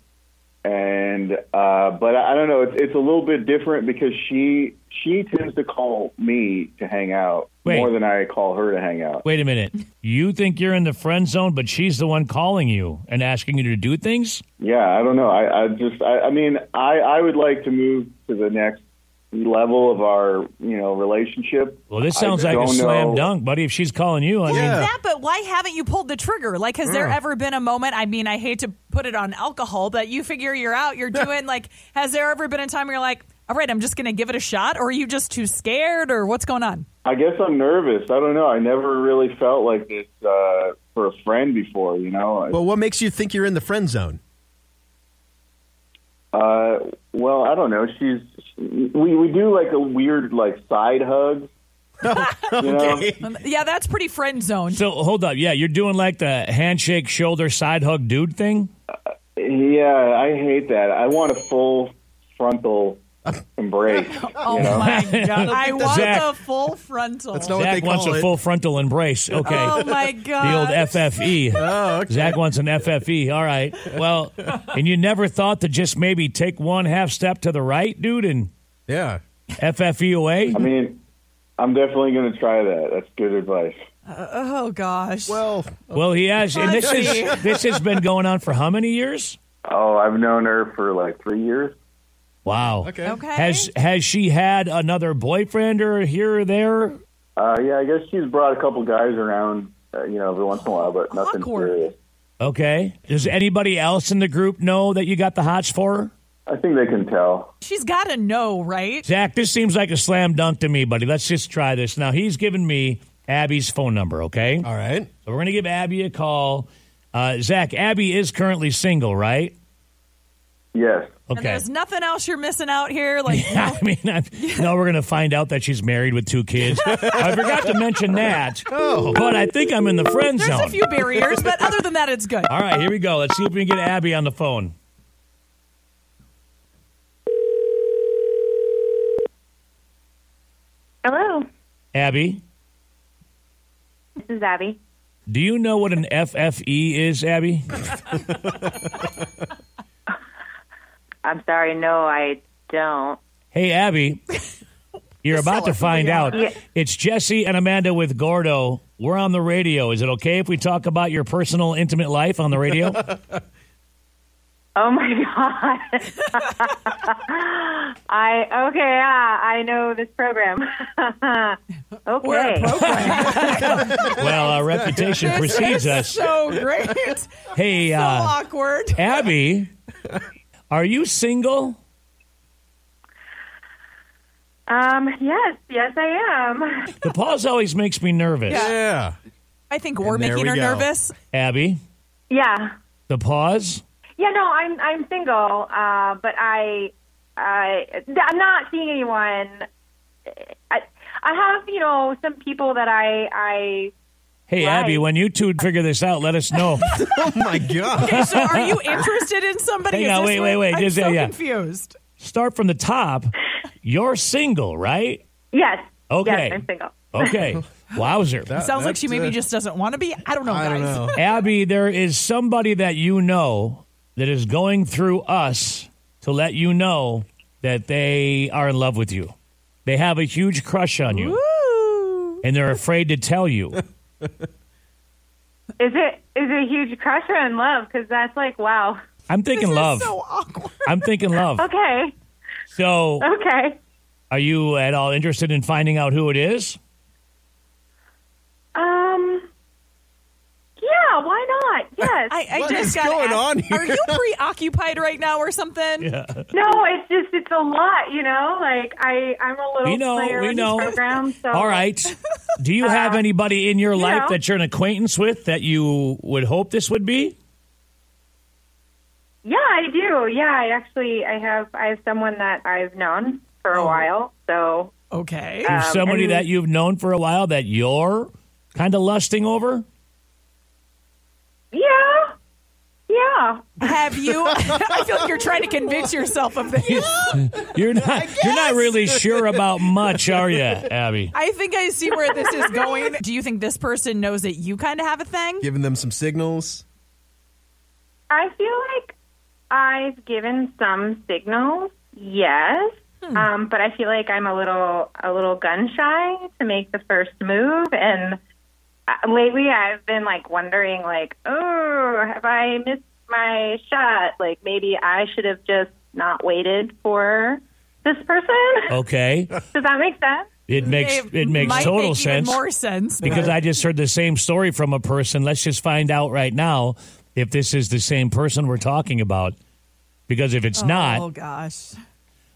[SPEAKER 13] and uh, but I I don't know. It's it's a little bit different because she she tends to call me to hang out
[SPEAKER 2] Wait.
[SPEAKER 13] more than I call her to hang out.
[SPEAKER 2] Wait a minute. You think you're in the friend zone, but she's the one calling you and asking you to do things?
[SPEAKER 13] Yeah, I don't know. I, I just, I, I mean, I, I would like to move to the next level of our you know relationship.
[SPEAKER 2] Well, this
[SPEAKER 13] I
[SPEAKER 2] sounds like a
[SPEAKER 13] don't
[SPEAKER 2] slam
[SPEAKER 13] know.
[SPEAKER 2] dunk, buddy. If she's calling you, I mean,
[SPEAKER 1] that, but why haven't you pulled the trigger? Like, has there
[SPEAKER 2] Yeah.
[SPEAKER 1] ever been a moment? I mean, I hate to put it on alcohol, but you figure you're out, you're doing like, has there ever been a time where you're like, all right, I'm just going to give it a shot? Or are you just too scared? Or what's going on?
[SPEAKER 13] I guess I'm nervous. I don't know. I never really felt like this uh, for a friend before. You know.
[SPEAKER 14] Well, what makes you think you're in the friend zone?
[SPEAKER 13] Uh, well, I don't know. She's we we do like a weird like side hug.
[SPEAKER 14] Oh,
[SPEAKER 13] You know?
[SPEAKER 1] Um, yeah, that's pretty friend zoned.
[SPEAKER 2] so hold up. Yeah, you're doing like the handshake, shoulder, side hug, dude thing.
[SPEAKER 13] Yeah, I hate that. I want a full frontal
[SPEAKER 14] Uh,
[SPEAKER 13] embrace.
[SPEAKER 1] Oh
[SPEAKER 13] you know?
[SPEAKER 1] my god! I want
[SPEAKER 2] Zach.
[SPEAKER 1] the full frontal.
[SPEAKER 13] That's
[SPEAKER 2] Zach wants a full frontal embrace. Okay.
[SPEAKER 1] Oh, my
[SPEAKER 2] The old
[SPEAKER 1] God.
[SPEAKER 2] FFE.
[SPEAKER 14] oh,
[SPEAKER 2] Zach wants an FFE. All right. Well, and you never thought to just maybe take one half step to the right, dude, and
[SPEAKER 14] yeah,
[SPEAKER 2] FFE away.
[SPEAKER 13] I mean, I'm definitely going to try that. That's good advice.
[SPEAKER 1] Uh, oh gosh.
[SPEAKER 14] Well,
[SPEAKER 2] Well, he has, and this is
[SPEAKER 1] Fuzzy.
[SPEAKER 2] this has been going on for how many years?
[SPEAKER 13] Oh, I've known her for like three years.
[SPEAKER 2] Wow.
[SPEAKER 14] Okay.
[SPEAKER 1] Okay.
[SPEAKER 2] Has has she had another boyfriend or here or there?
[SPEAKER 13] Uh, yeah, I guess she's brought a couple guys around, uh, you know, every once in a while, but nothing serious.
[SPEAKER 2] Okay. Does anybody else in the group know that you got the hots for her?
[SPEAKER 13] I think they can tell.
[SPEAKER 1] She's got to know, right?
[SPEAKER 2] Zach, this seems like a slam dunk to me, buddy. Let's just try this. Now, he's given me Abby's phone number, okay?
[SPEAKER 14] All right.
[SPEAKER 2] So we're going to give Abby a call. Uh, Zach, Abby is currently single, right?
[SPEAKER 13] Yes.
[SPEAKER 1] And
[SPEAKER 2] Okay.
[SPEAKER 1] there's nothing else you're missing out here. Like,
[SPEAKER 2] I mean, I'm, now we're going to find out that she's married with two kids. I forgot to mention that,
[SPEAKER 14] Oh.
[SPEAKER 2] but I think I'm in the friend
[SPEAKER 1] there's
[SPEAKER 2] zone.
[SPEAKER 1] a few barriers, but other than that, it's good.
[SPEAKER 2] All right, here we go. Let's see if we can get Abby on the phone.
[SPEAKER 15] Hello,
[SPEAKER 2] Abby,
[SPEAKER 15] this is Abby.
[SPEAKER 2] do you know what an FFE is, Abby?
[SPEAKER 15] I'm sorry, no, I don't.
[SPEAKER 2] Hey, Abby, you're about to find out.
[SPEAKER 15] Yeah.
[SPEAKER 2] It's Jesse and Amanda with Gordo. We're on the radio. Is it okay if we talk about your personal, intimate life on the radio? uh,
[SPEAKER 15] Oh my god. I okay, yeah, I know this program. okay.
[SPEAKER 2] well, our reputation
[SPEAKER 1] This is
[SPEAKER 2] precedes us.
[SPEAKER 1] So great.
[SPEAKER 2] Hey,
[SPEAKER 1] so
[SPEAKER 2] uh,
[SPEAKER 1] awkward.
[SPEAKER 2] Abby, are you single?
[SPEAKER 15] um, yes, yes I am.
[SPEAKER 2] The pause always makes me nervous.
[SPEAKER 1] Yeah. I think we're
[SPEAKER 2] And there
[SPEAKER 1] making her
[SPEAKER 2] we go.
[SPEAKER 1] nervous.
[SPEAKER 2] Abby,
[SPEAKER 15] Yeah.
[SPEAKER 2] the pause?
[SPEAKER 15] Yeah, no, I'm I'm single, uh, but I I I'm not seeing anyone. I I have, you know, some people that I I
[SPEAKER 2] Hey, Abby, when you two figure this out, let us know.
[SPEAKER 14] oh, my God.
[SPEAKER 1] Okay, so are you interested in somebody?
[SPEAKER 2] Hang
[SPEAKER 1] Is
[SPEAKER 2] on,
[SPEAKER 1] this
[SPEAKER 2] wait,
[SPEAKER 1] what-
[SPEAKER 2] wait, wait.
[SPEAKER 1] I'm
[SPEAKER 2] Just-
[SPEAKER 1] so
[SPEAKER 2] yeah.
[SPEAKER 1] confused.
[SPEAKER 2] Start from the top. You're single, right?
[SPEAKER 15] yes.
[SPEAKER 2] Okay.
[SPEAKER 15] Yes, I'm single.
[SPEAKER 2] Okay. Wowzer.
[SPEAKER 1] Sounds like she maybe just doesn't want to be. I don't know, guys.
[SPEAKER 2] Abby, there is somebody that you know that is going through us to let you know that they are in love with you. They have a huge crush on you. And they're afraid to tell you.
[SPEAKER 15] Is it is it a huge crush or in love? Because that's like wow.
[SPEAKER 2] I'm thinking love. I'm thinking love.
[SPEAKER 15] Okay.
[SPEAKER 2] So,
[SPEAKER 15] Okay.
[SPEAKER 2] are you at all interested in finding out who it is?
[SPEAKER 15] Um. Yeah. Why not? Yes.
[SPEAKER 1] I, I
[SPEAKER 15] What
[SPEAKER 1] just
[SPEAKER 15] is
[SPEAKER 1] gotta
[SPEAKER 15] going
[SPEAKER 1] ask,
[SPEAKER 15] on here?
[SPEAKER 1] Are you preoccupied right now or something?
[SPEAKER 2] Yeah.
[SPEAKER 15] no, it's just it's a lot. You know, like I I'm a little
[SPEAKER 2] We know,
[SPEAKER 15] player
[SPEAKER 2] we
[SPEAKER 15] in
[SPEAKER 2] know.
[SPEAKER 15] this program. So Uh,
[SPEAKER 2] All right. Do you have anybody in your
[SPEAKER 15] you
[SPEAKER 2] life
[SPEAKER 15] know.
[SPEAKER 2] that you're an acquaintance with that you would hope this would be?
[SPEAKER 15] Yeah, I do. Yeah, I actually I have I have someone that I've known for
[SPEAKER 2] Oh.
[SPEAKER 15] a while. So
[SPEAKER 1] Okay.
[SPEAKER 2] You're somebody
[SPEAKER 15] Um, and-
[SPEAKER 2] that you've known for a while that you're kind of lusting over?
[SPEAKER 15] yeah, yeah.
[SPEAKER 1] Have you? I feel like you're trying to convince yourself of this.
[SPEAKER 2] You're not you're not really sure about much, are you, Abby?
[SPEAKER 1] I think I see where this is going. Do you think this person knows that you kind of have a thing?
[SPEAKER 14] Giving them some signals.
[SPEAKER 15] I feel like I've given some signals, yes,
[SPEAKER 2] Hmm.
[SPEAKER 15] um, but I feel like I'm a little a little gun shy to make the first move, and uh, lately I've been like wondering, like, oh, have I missed my shot? Like maybe I should have just not waited for this person.
[SPEAKER 2] Okay.
[SPEAKER 15] Does that make sense?
[SPEAKER 2] It makes it makes total sense.
[SPEAKER 1] sense
[SPEAKER 2] because I just heard the same story from a person. Let's just find out right now if this is the same person we're talking about. Because if it's not,
[SPEAKER 1] Oh gosh.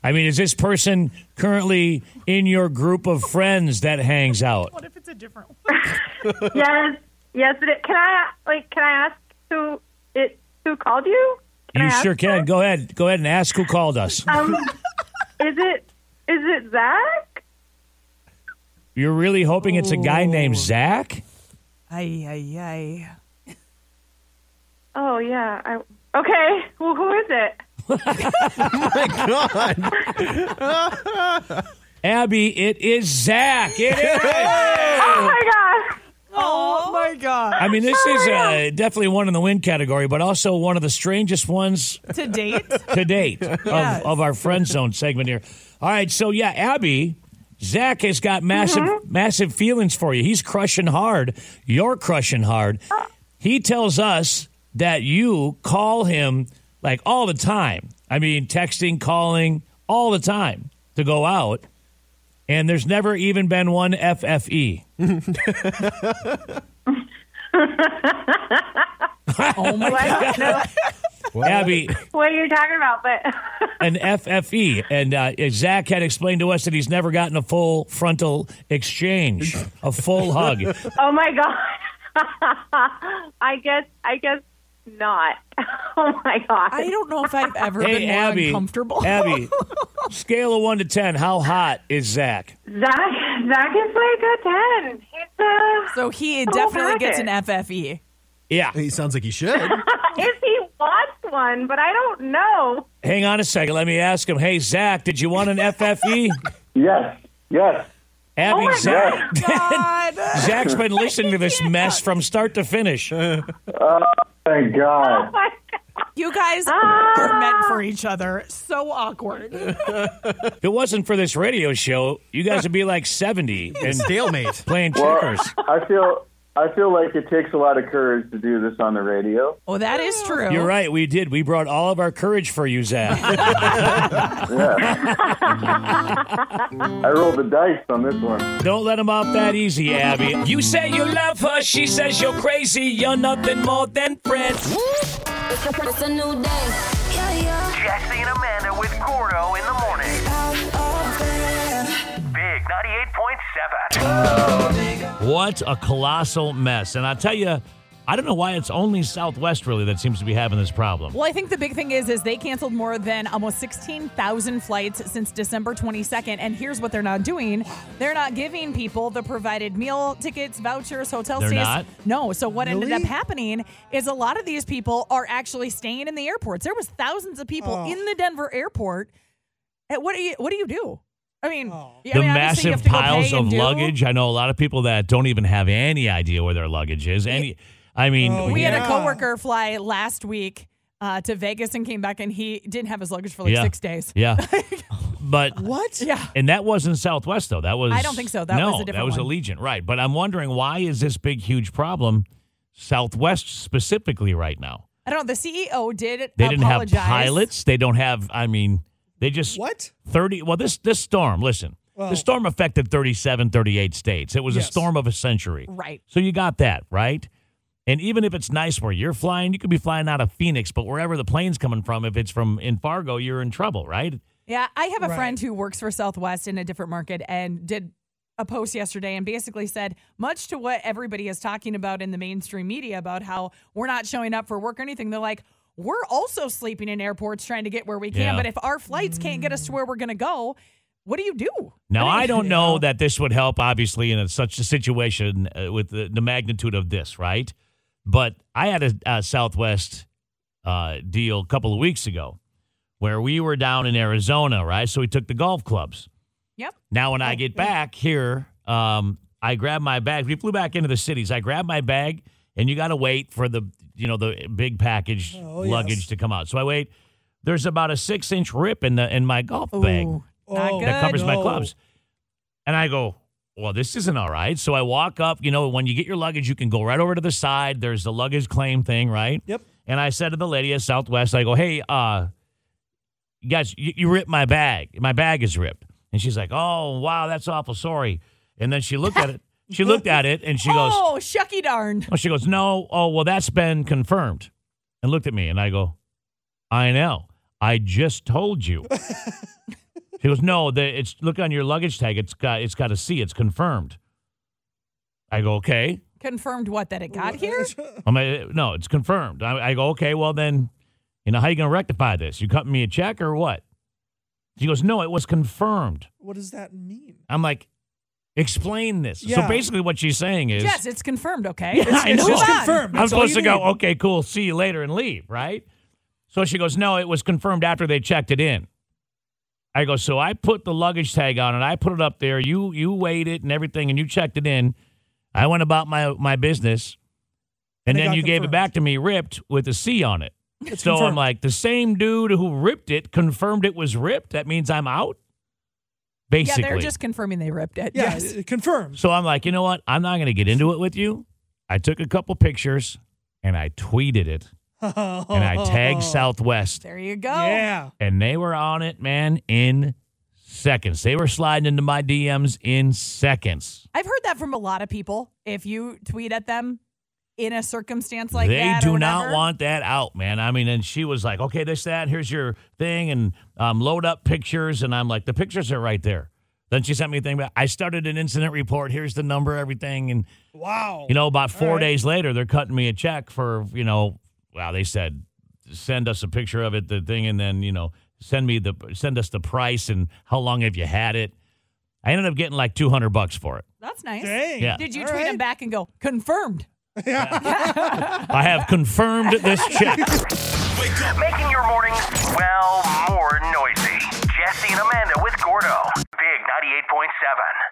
[SPEAKER 2] I mean, is this person currently in your group of friends that hangs out?
[SPEAKER 15] What if it's a different one? yes, yes. But it, can I like can I ask who it who called you?
[SPEAKER 2] you
[SPEAKER 15] I ask
[SPEAKER 2] sure can. Go ahead. Go ahead and ask who called us.
[SPEAKER 15] Um, is it is it Zach?
[SPEAKER 2] You're really hoping it's a guy named Zach?
[SPEAKER 1] Ay ay ay.
[SPEAKER 15] Oh yeah. I, okay. Well, who is it?
[SPEAKER 2] God. Abby, it is Zach. It
[SPEAKER 15] Oh
[SPEAKER 2] is.
[SPEAKER 15] my gosh.
[SPEAKER 1] Oh my god.
[SPEAKER 2] I mean, this is uh, definitely one in the win category, but also one of the strangest ones
[SPEAKER 1] to date.
[SPEAKER 2] to date
[SPEAKER 1] Yes.
[SPEAKER 2] of, of our friend zone segment here. All right, so yeah, Abby, Zach has got massive massive feelings for you. He's crushing hard. You're crushing hard. He tells us that you call him like all the time. I mean, texting, calling all the time to go out. And there's never even been one E. FFE.
[SPEAKER 1] oh my
[SPEAKER 15] god.
[SPEAKER 2] Abby,
[SPEAKER 15] What are you talking about? But
[SPEAKER 2] an FFE. And uh, Zach had explained to us that he's never gotten a full frontal exchange, a full hug.
[SPEAKER 15] oh my god. I guess I guess not. Oh my god.
[SPEAKER 1] I don't know if I've ever
[SPEAKER 2] Hey,
[SPEAKER 1] been more
[SPEAKER 2] Abby.
[SPEAKER 1] uncomfortable.
[SPEAKER 2] Abby, scale of one to ten, how hot is Zach?
[SPEAKER 15] Zach Zach is like a ten. He's a
[SPEAKER 1] so he
[SPEAKER 15] Oh,
[SPEAKER 1] definitely
[SPEAKER 15] got
[SPEAKER 1] gets an
[SPEAKER 15] it.
[SPEAKER 1] E. FFE.
[SPEAKER 2] Yeah.
[SPEAKER 14] He sounds like he should.
[SPEAKER 15] if he wants one, but I don't know.
[SPEAKER 2] Hang on a second. Let me ask him. Hey, Zach, did you want an FFE?
[SPEAKER 13] Yes. Yes.
[SPEAKER 2] Abby,
[SPEAKER 15] Oh my
[SPEAKER 2] Zach,
[SPEAKER 1] God.
[SPEAKER 2] Zach's been listening to this mess from start to finish.
[SPEAKER 13] Thank
[SPEAKER 15] Oh
[SPEAKER 13] God.
[SPEAKER 15] my god.
[SPEAKER 1] You guys are meant for each other. So awkward.
[SPEAKER 2] If it wasn't for this radio show, you guys would be like 70 and
[SPEAKER 14] Stalemate.
[SPEAKER 2] playing
[SPEAKER 13] Well,
[SPEAKER 2] checkers.
[SPEAKER 13] I feel I feel like it takes a lot of courage to do this on the radio.
[SPEAKER 1] Oh, that is true.
[SPEAKER 2] You're right. We did. We brought all of our courage for you, Zach.
[SPEAKER 13] I rolled the dice on this one.
[SPEAKER 2] Don't let him off that easy, Abby. You say you love her. She says you're crazy. You're nothing more than friends.
[SPEAKER 4] It's a new day. Yeah, yeah.
[SPEAKER 5] Jackson and Amanda with Gordo in the morning. Big 98.7.
[SPEAKER 2] What a colossal mess. And I tell you, I don't know why it's only Southwest really that seems to be having this problem.
[SPEAKER 1] Well, I think the big thing is is they canceled more than almost 16,000 flights since December 22nd, and here's what they're not doing. They're not giving people the provided meal tickets, vouchers, hotel
[SPEAKER 2] They're
[SPEAKER 1] stays.
[SPEAKER 2] not?
[SPEAKER 1] No, so what ended
[SPEAKER 14] Really?
[SPEAKER 1] up happening is a lot of these people are actually staying in the airports. There was thousands of people
[SPEAKER 3] Oh.
[SPEAKER 1] in the Denver airport. And what do you what do you do? I mean, I
[SPEAKER 2] the
[SPEAKER 1] mean, obviously you have
[SPEAKER 2] massive
[SPEAKER 1] to go
[SPEAKER 2] piles
[SPEAKER 1] pay and
[SPEAKER 2] of
[SPEAKER 1] do.
[SPEAKER 2] luggage. I know a lot of people that don't even have any idea where their luggage is. Any, I mean,
[SPEAKER 14] Oh,
[SPEAKER 1] We had a
[SPEAKER 14] Yeah.
[SPEAKER 1] coworker fly last week uh, to Vegas and came back, and he didn't have his luggage for like
[SPEAKER 2] Yeah.
[SPEAKER 1] six days.
[SPEAKER 2] yeah, but
[SPEAKER 14] What?
[SPEAKER 1] Yeah.
[SPEAKER 2] and that wasn't Southwest though. That was
[SPEAKER 1] I don't think so. That
[SPEAKER 2] no,
[SPEAKER 1] was a different
[SPEAKER 2] that was
[SPEAKER 1] one.
[SPEAKER 2] Allegiant, right? But I'm wondering why is this big, huge problem Southwest specifically right now?
[SPEAKER 1] I don't know. The CEO did
[SPEAKER 2] They didn't have
[SPEAKER 1] apologize.
[SPEAKER 2] pilots. They don't have. I mean, they just
[SPEAKER 14] What?
[SPEAKER 2] 30 well this this storm listen
[SPEAKER 14] Well-
[SPEAKER 2] the storm affected 37 38 states it was a
[SPEAKER 14] Yes.
[SPEAKER 2] storm of a century
[SPEAKER 1] Right.
[SPEAKER 2] so you got that right and even if it's nice where you're flying you could be flying out of phoenix but wherever the plane's coming from if it's from in fargo you're in trouble right
[SPEAKER 1] Yeah, I have a
[SPEAKER 3] Right.
[SPEAKER 1] friend who works for Southwest in a different market and did a post yesterday and basically said much to what everybody is talking about in the mainstream media about how we're not showing up for work or anything. They're like, we're also sleeping in airports trying to get where we can,
[SPEAKER 2] Yeah.
[SPEAKER 1] but if our flights can't get us to where we're going to go, what do you do?
[SPEAKER 2] now i don't know
[SPEAKER 1] Yeah.
[SPEAKER 2] that this would help obviously in a, such a situation uh, with the, the magnitude of this right but i had a, a southwest uh, deal a couple of weeks ago where we were down in arizona right so we took the golf clubs
[SPEAKER 1] Yep.
[SPEAKER 2] Now, when I get back here, um, I grab my bag. We flew back into the cities. I grab my bag, and you got to wait for the you know the big package
[SPEAKER 3] Oh, yes.
[SPEAKER 2] luggage to come out. So I wait. There's about a six inch rip in the in my golf bag
[SPEAKER 1] Ooh, not
[SPEAKER 3] Oh,
[SPEAKER 1] good.
[SPEAKER 2] that covers my
[SPEAKER 3] No.
[SPEAKER 2] clubs, and I go. Well, this isn't all right. So I walk up. You know, when you get your luggage, you can go right over to the side. There's the luggage claim thing, right?
[SPEAKER 3] Yep.
[SPEAKER 2] And I said to the lady at Southwest, I go, hey, uh, you guys, you, you ripped my bag. My bag is ripped. And she's like, oh, wow, that's awful. Sorry. And then she looked at it. She looked at it and she goes,
[SPEAKER 1] oh, shucky darn.
[SPEAKER 2] well, she goes, no. Oh, well, that's been confirmed. And looked at me and I go, I know. I just told you. she goes, no, the, it's look on your luggage tag. It's got it's got a C. It's confirmed. I go, okay.
[SPEAKER 1] Confirmed what? That it got here?
[SPEAKER 2] I'm like, "Uh, no, it's confirmed. I, I go, okay, well then, you know, how you going to rectify this? You cut me a check or what? She goes, no, it was confirmed.
[SPEAKER 3] What does that mean?
[SPEAKER 2] I'm like, explain this.
[SPEAKER 1] Yeah.
[SPEAKER 2] So basically what she's saying is,
[SPEAKER 1] yes, it's confirmed, okay?
[SPEAKER 2] Yeah, I know.
[SPEAKER 1] Move on.
[SPEAKER 2] I'm supposed to go, okay, cool, see you later and leave, right? So she goes, no, it was confirmed after they checked it in. I go, so I put the luggage tag on and I put it up there. You you weighed it and everything and you checked it in. I went about my my business. And
[SPEAKER 16] They
[SPEAKER 2] then
[SPEAKER 16] got
[SPEAKER 2] you gave it back to me ripped with a C on it.
[SPEAKER 16] It's
[SPEAKER 2] so I'm
[SPEAKER 16] confirmed.
[SPEAKER 2] like, the same dude who ripped it confirmed it was ripped. That means I'm out? Basically.
[SPEAKER 1] Yeah, they're just confirming they ripped it.
[SPEAKER 3] Yeah,
[SPEAKER 1] yes.
[SPEAKER 3] it confirms.
[SPEAKER 2] So I'm like, you know what? I'm not going to get into it with you. I took a couple pictures and I tweeted it
[SPEAKER 1] and
[SPEAKER 2] and
[SPEAKER 1] Oh,
[SPEAKER 2] I tagged Southwest
[SPEAKER 1] There you go. Yeah.
[SPEAKER 2] and they were on it, man, in seconds. They were sliding into my DMs in seconds.
[SPEAKER 1] I've heard that from a lot of people. If you tweet at them in a circumstance like
[SPEAKER 2] they
[SPEAKER 1] that, or
[SPEAKER 2] do not
[SPEAKER 1] whatever.
[SPEAKER 2] want that out, man. I mean, and she was like, okay, this, that, here's your thing, and um, load up pictures. And I'm like, the pictures are right there. Then she sent me a thing back. I started an incident report. Here's the number, everything. And
[SPEAKER 3] Wow.
[SPEAKER 2] You know, about four days later, they're cutting me a check for, you know, wow, they said, send us a picture of it, the thing, and then, you know, send me the, send us the price and how long have you had it. I ended up getting like 200 bucks for it.
[SPEAKER 1] That's nice.
[SPEAKER 2] Yeah.
[SPEAKER 1] Did you tweet them back and go, confirmed?
[SPEAKER 2] I have confirmed this check.
[SPEAKER 5] Making your mornings, well, more noisy. Jesse and Amanda with Gordo. Big 98.7.